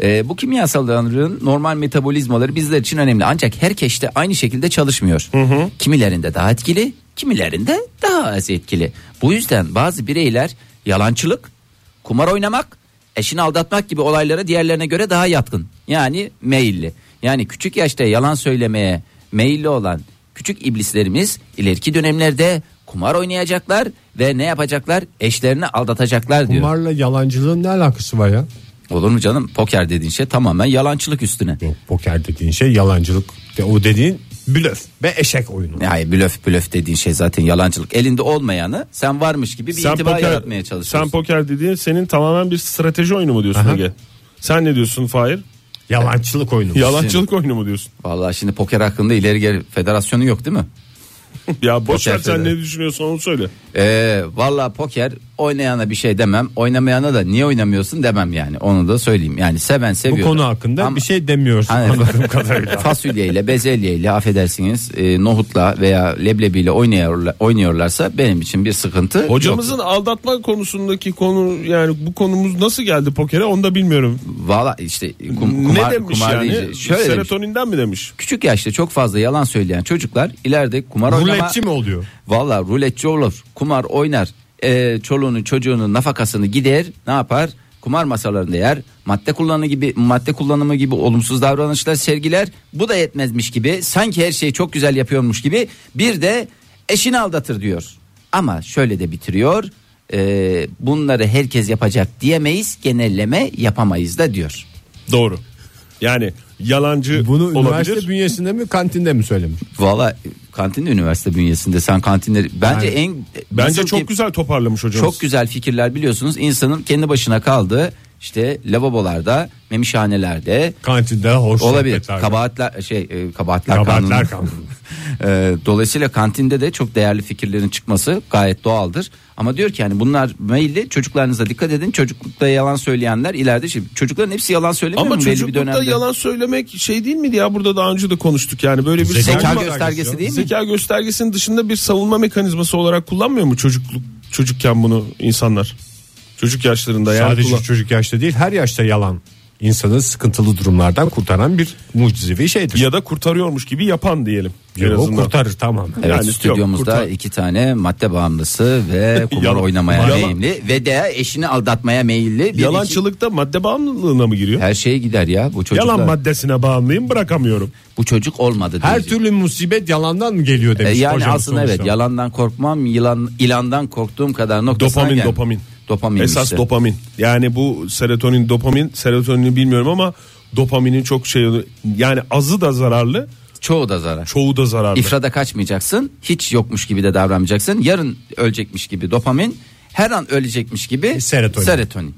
[SPEAKER 4] e, bu kimyasalların normal metabolizmaları bizler için önemli. Ancak herkeste aynı şekilde çalışmıyor. Kimilerinde daha etkili, kimilerinde daha az etkili. Bu yüzden bazı bireyler yalancılık, kumar oynamak, eşini aldatmak gibi olaylara diğerlerine göre daha yatkın. Yani meyilli. Yani küçük yaşta yalan söylemeye meyilli olan küçük iblislerimiz ileriki dönemlerde kumar oynayacaklar ve ne yapacaklar? Eşlerini aldatacaklar diyor.
[SPEAKER 3] Kumarla yalancılığın ne alakası var ya?
[SPEAKER 4] Olur mu canım? Poker dediğin şey tamamen yalançılık üstüne.
[SPEAKER 3] Yok poker dediğin şey yalancılık. De, o dediğin blöf ve eşek oyunu.
[SPEAKER 4] Yani blöf blöf dediğin şey zaten yalancılık. Elinde olmayanı sen varmış gibi bir itibar yaratmaya
[SPEAKER 5] sen
[SPEAKER 4] çalışıyorsun.
[SPEAKER 5] poker dediğin senin tamamen bir strateji oyunu mu diyorsun
[SPEAKER 3] Aha.
[SPEAKER 5] Ege? Sen ne diyorsun Fahir?
[SPEAKER 3] Yalancılık oyunu.
[SPEAKER 5] Yalancılık oyunu mu diyorsun?
[SPEAKER 4] Vallahi şimdi poker hakkında ileri geri federasyonu yok değil mi?
[SPEAKER 5] Ya boş
[SPEAKER 4] Poker
[SPEAKER 5] ver sen
[SPEAKER 4] federasyonu.
[SPEAKER 5] ne düşünüyorsan onu söyle.
[SPEAKER 4] Ee, Valla poker oynayana bir şey demem. Oynamayana da niye oynamıyorsun demem yani. Onu da söyleyeyim. Yani seven
[SPEAKER 3] Bu
[SPEAKER 4] seviyor.
[SPEAKER 3] konu hakkında
[SPEAKER 4] Ama-
[SPEAKER 3] bir şey demiyorsun
[SPEAKER 4] Hani-
[SPEAKER 3] anladığım kadarıyla.
[SPEAKER 4] Fasulyeyle, bezelyeyle affedersiniz e, nohutla veya leblebiyle oynuyorlar, oynuyorlarsa benim için bir sıkıntı
[SPEAKER 5] Hocamızın aldatma konusundaki konu yani bu konumuz nasıl geldi pokere onu da bilmiyorum.
[SPEAKER 4] Valla işte kum, kumar,
[SPEAKER 5] ne demiş
[SPEAKER 4] kumar
[SPEAKER 5] yani?
[SPEAKER 4] deyince şöyle demiş.
[SPEAKER 5] Serotoninden mi demiş?
[SPEAKER 4] Küçük yaşta çok fazla yalan söyleyen çocuklar ileride kumar oynama...
[SPEAKER 3] Ruletçi mi oluyor?
[SPEAKER 4] Valla ruletçi olur. Kumar oynar. Ee, çoluğunun çocuğunun nafakasını gider. Ne yapar? Kumar masalarında yer. Madde kullanımı gibi madde kullanımı gibi olumsuz davranışlar sergiler. Bu da yetmezmiş gibi sanki her şeyi çok güzel yapıyormuş gibi bir de eşini aldatır diyor. Ama şöyle de bitiriyor. Ee, bunları herkes yapacak diyemeyiz. Genelleme yapamayız da diyor.
[SPEAKER 5] Doğru. Yani yalancı
[SPEAKER 3] Bunu
[SPEAKER 5] olabilir.
[SPEAKER 3] üniversite bünyesinde mi kantinde mi söylemiş?
[SPEAKER 4] Valla kantin de üniversite bünyesinde sen kantinleri bence
[SPEAKER 3] Yani
[SPEAKER 4] en
[SPEAKER 5] Bence
[SPEAKER 4] nasıl
[SPEAKER 5] çok
[SPEAKER 4] ki-
[SPEAKER 5] güzel toparlamış hocamız.
[SPEAKER 4] Çok güzel fikirler biliyorsunuz insanın kendi başına kaldığı işte lavabolarda, memişhanelerde
[SPEAKER 3] Kantinde hoş
[SPEAKER 4] olabilir.
[SPEAKER 3] sohbetler.
[SPEAKER 4] Kabahatler şey e, kabahatler,
[SPEAKER 3] Kabahatler
[SPEAKER 4] kanunu. E, dolayısıyla kantinde de çok değerli fikirlerin çıkması gayet doğaldır. Ama diyor ki yani bunlar meyilli çocuklarınıza dikkat edin. Çocuklukta yalan söyleyenler ileride şimdi çocukların hepsi yalan söylemiyor
[SPEAKER 5] Ama
[SPEAKER 4] mu belli bir
[SPEAKER 5] çocuklukta
[SPEAKER 4] dönemde?
[SPEAKER 5] yalan söylemek şey değil miydi ya burada daha önce de konuştuk yani böyle bir
[SPEAKER 4] Zeka
[SPEAKER 5] savunma-
[SPEAKER 4] göstergesi değil mi?
[SPEAKER 5] Zeka göstergesinin dışında bir savunma mekanizması olarak kullanmıyor mu çocukluk çocukken bunu insanlar? Çocuk yaşlarında yani
[SPEAKER 3] Sadece
[SPEAKER 5] kullan-
[SPEAKER 3] çocuk yaşta değil her yaşta yalan insanı sıkıntılı durumlardan kurtaran bir mucizevi şeydir.
[SPEAKER 5] ya da kurtarıyormuş gibi yapan diyelim. en
[SPEAKER 3] Ya, o
[SPEAKER 5] azından.
[SPEAKER 3] kurtarır tamam.
[SPEAKER 4] Evet
[SPEAKER 5] Yani yok,
[SPEAKER 4] stüdyomuzda
[SPEAKER 5] kurtar-
[SPEAKER 4] iki tane madde bağımlısı ve kumar
[SPEAKER 5] Yalan-
[SPEAKER 4] oynamaya
[SPEAKER 5] yalan-
[SPEAKER 4] meyilli ve de eşini aldatmaya meyilli. bir iki-
[SPEAKER 5] Yalançılıkta madde bağımlılığına mı giriyor?
[SPEAKER 4] her şeye gider ya bu çocuklar.
[SPEAKER 5] Yalan maddesine bağımlıyım bırakamıyorum.
[SPEAKER 4] bu çocuk olmadı.
[SPEAKER 3] Her
[SPEAKER 4] diyecek.
[SPEAKER 3] türlü musibet yalandan mı geliyor
[SPEAKER 4] E,
[SPEAKER 3] demiş.
[SPEAKER 4] yani
[SPEAKER 3] hocam
[SPEAKER 4] aslında
[SPEAKER 3] sonuçta.
[SPEAKER 4] evet yalandan korkmam yılan ilandan korktuğum kadar noktasına
[SPEAKER 5] Dopamin
[SPEAKER 4] gel-
[SPEAKER 5] dopamin.
[SPEAKER 4] Dopamin
[SPEAKER 5] Esas
[SPEAKER 4] işte.
[SPEAKER 5] dopamin. Yani bu serotonin dopamin serotonini bilmiyorum ama dopaminin çok şey yani azı da zararlı
[SPEAKER 4] Çoğu da zarar.
[SPEAKER 5] çoğu da zararlı.
[SPEAKER 4] İfrada kaçmayacaksın. Hiç yokmuş gibi de davranmayacaksın. Yarın ölecekmiş gibi dopamin her an ölecekmiş gibi
[SPEAKER 3] Serotonin.
[SPEAKER 4] serotonin.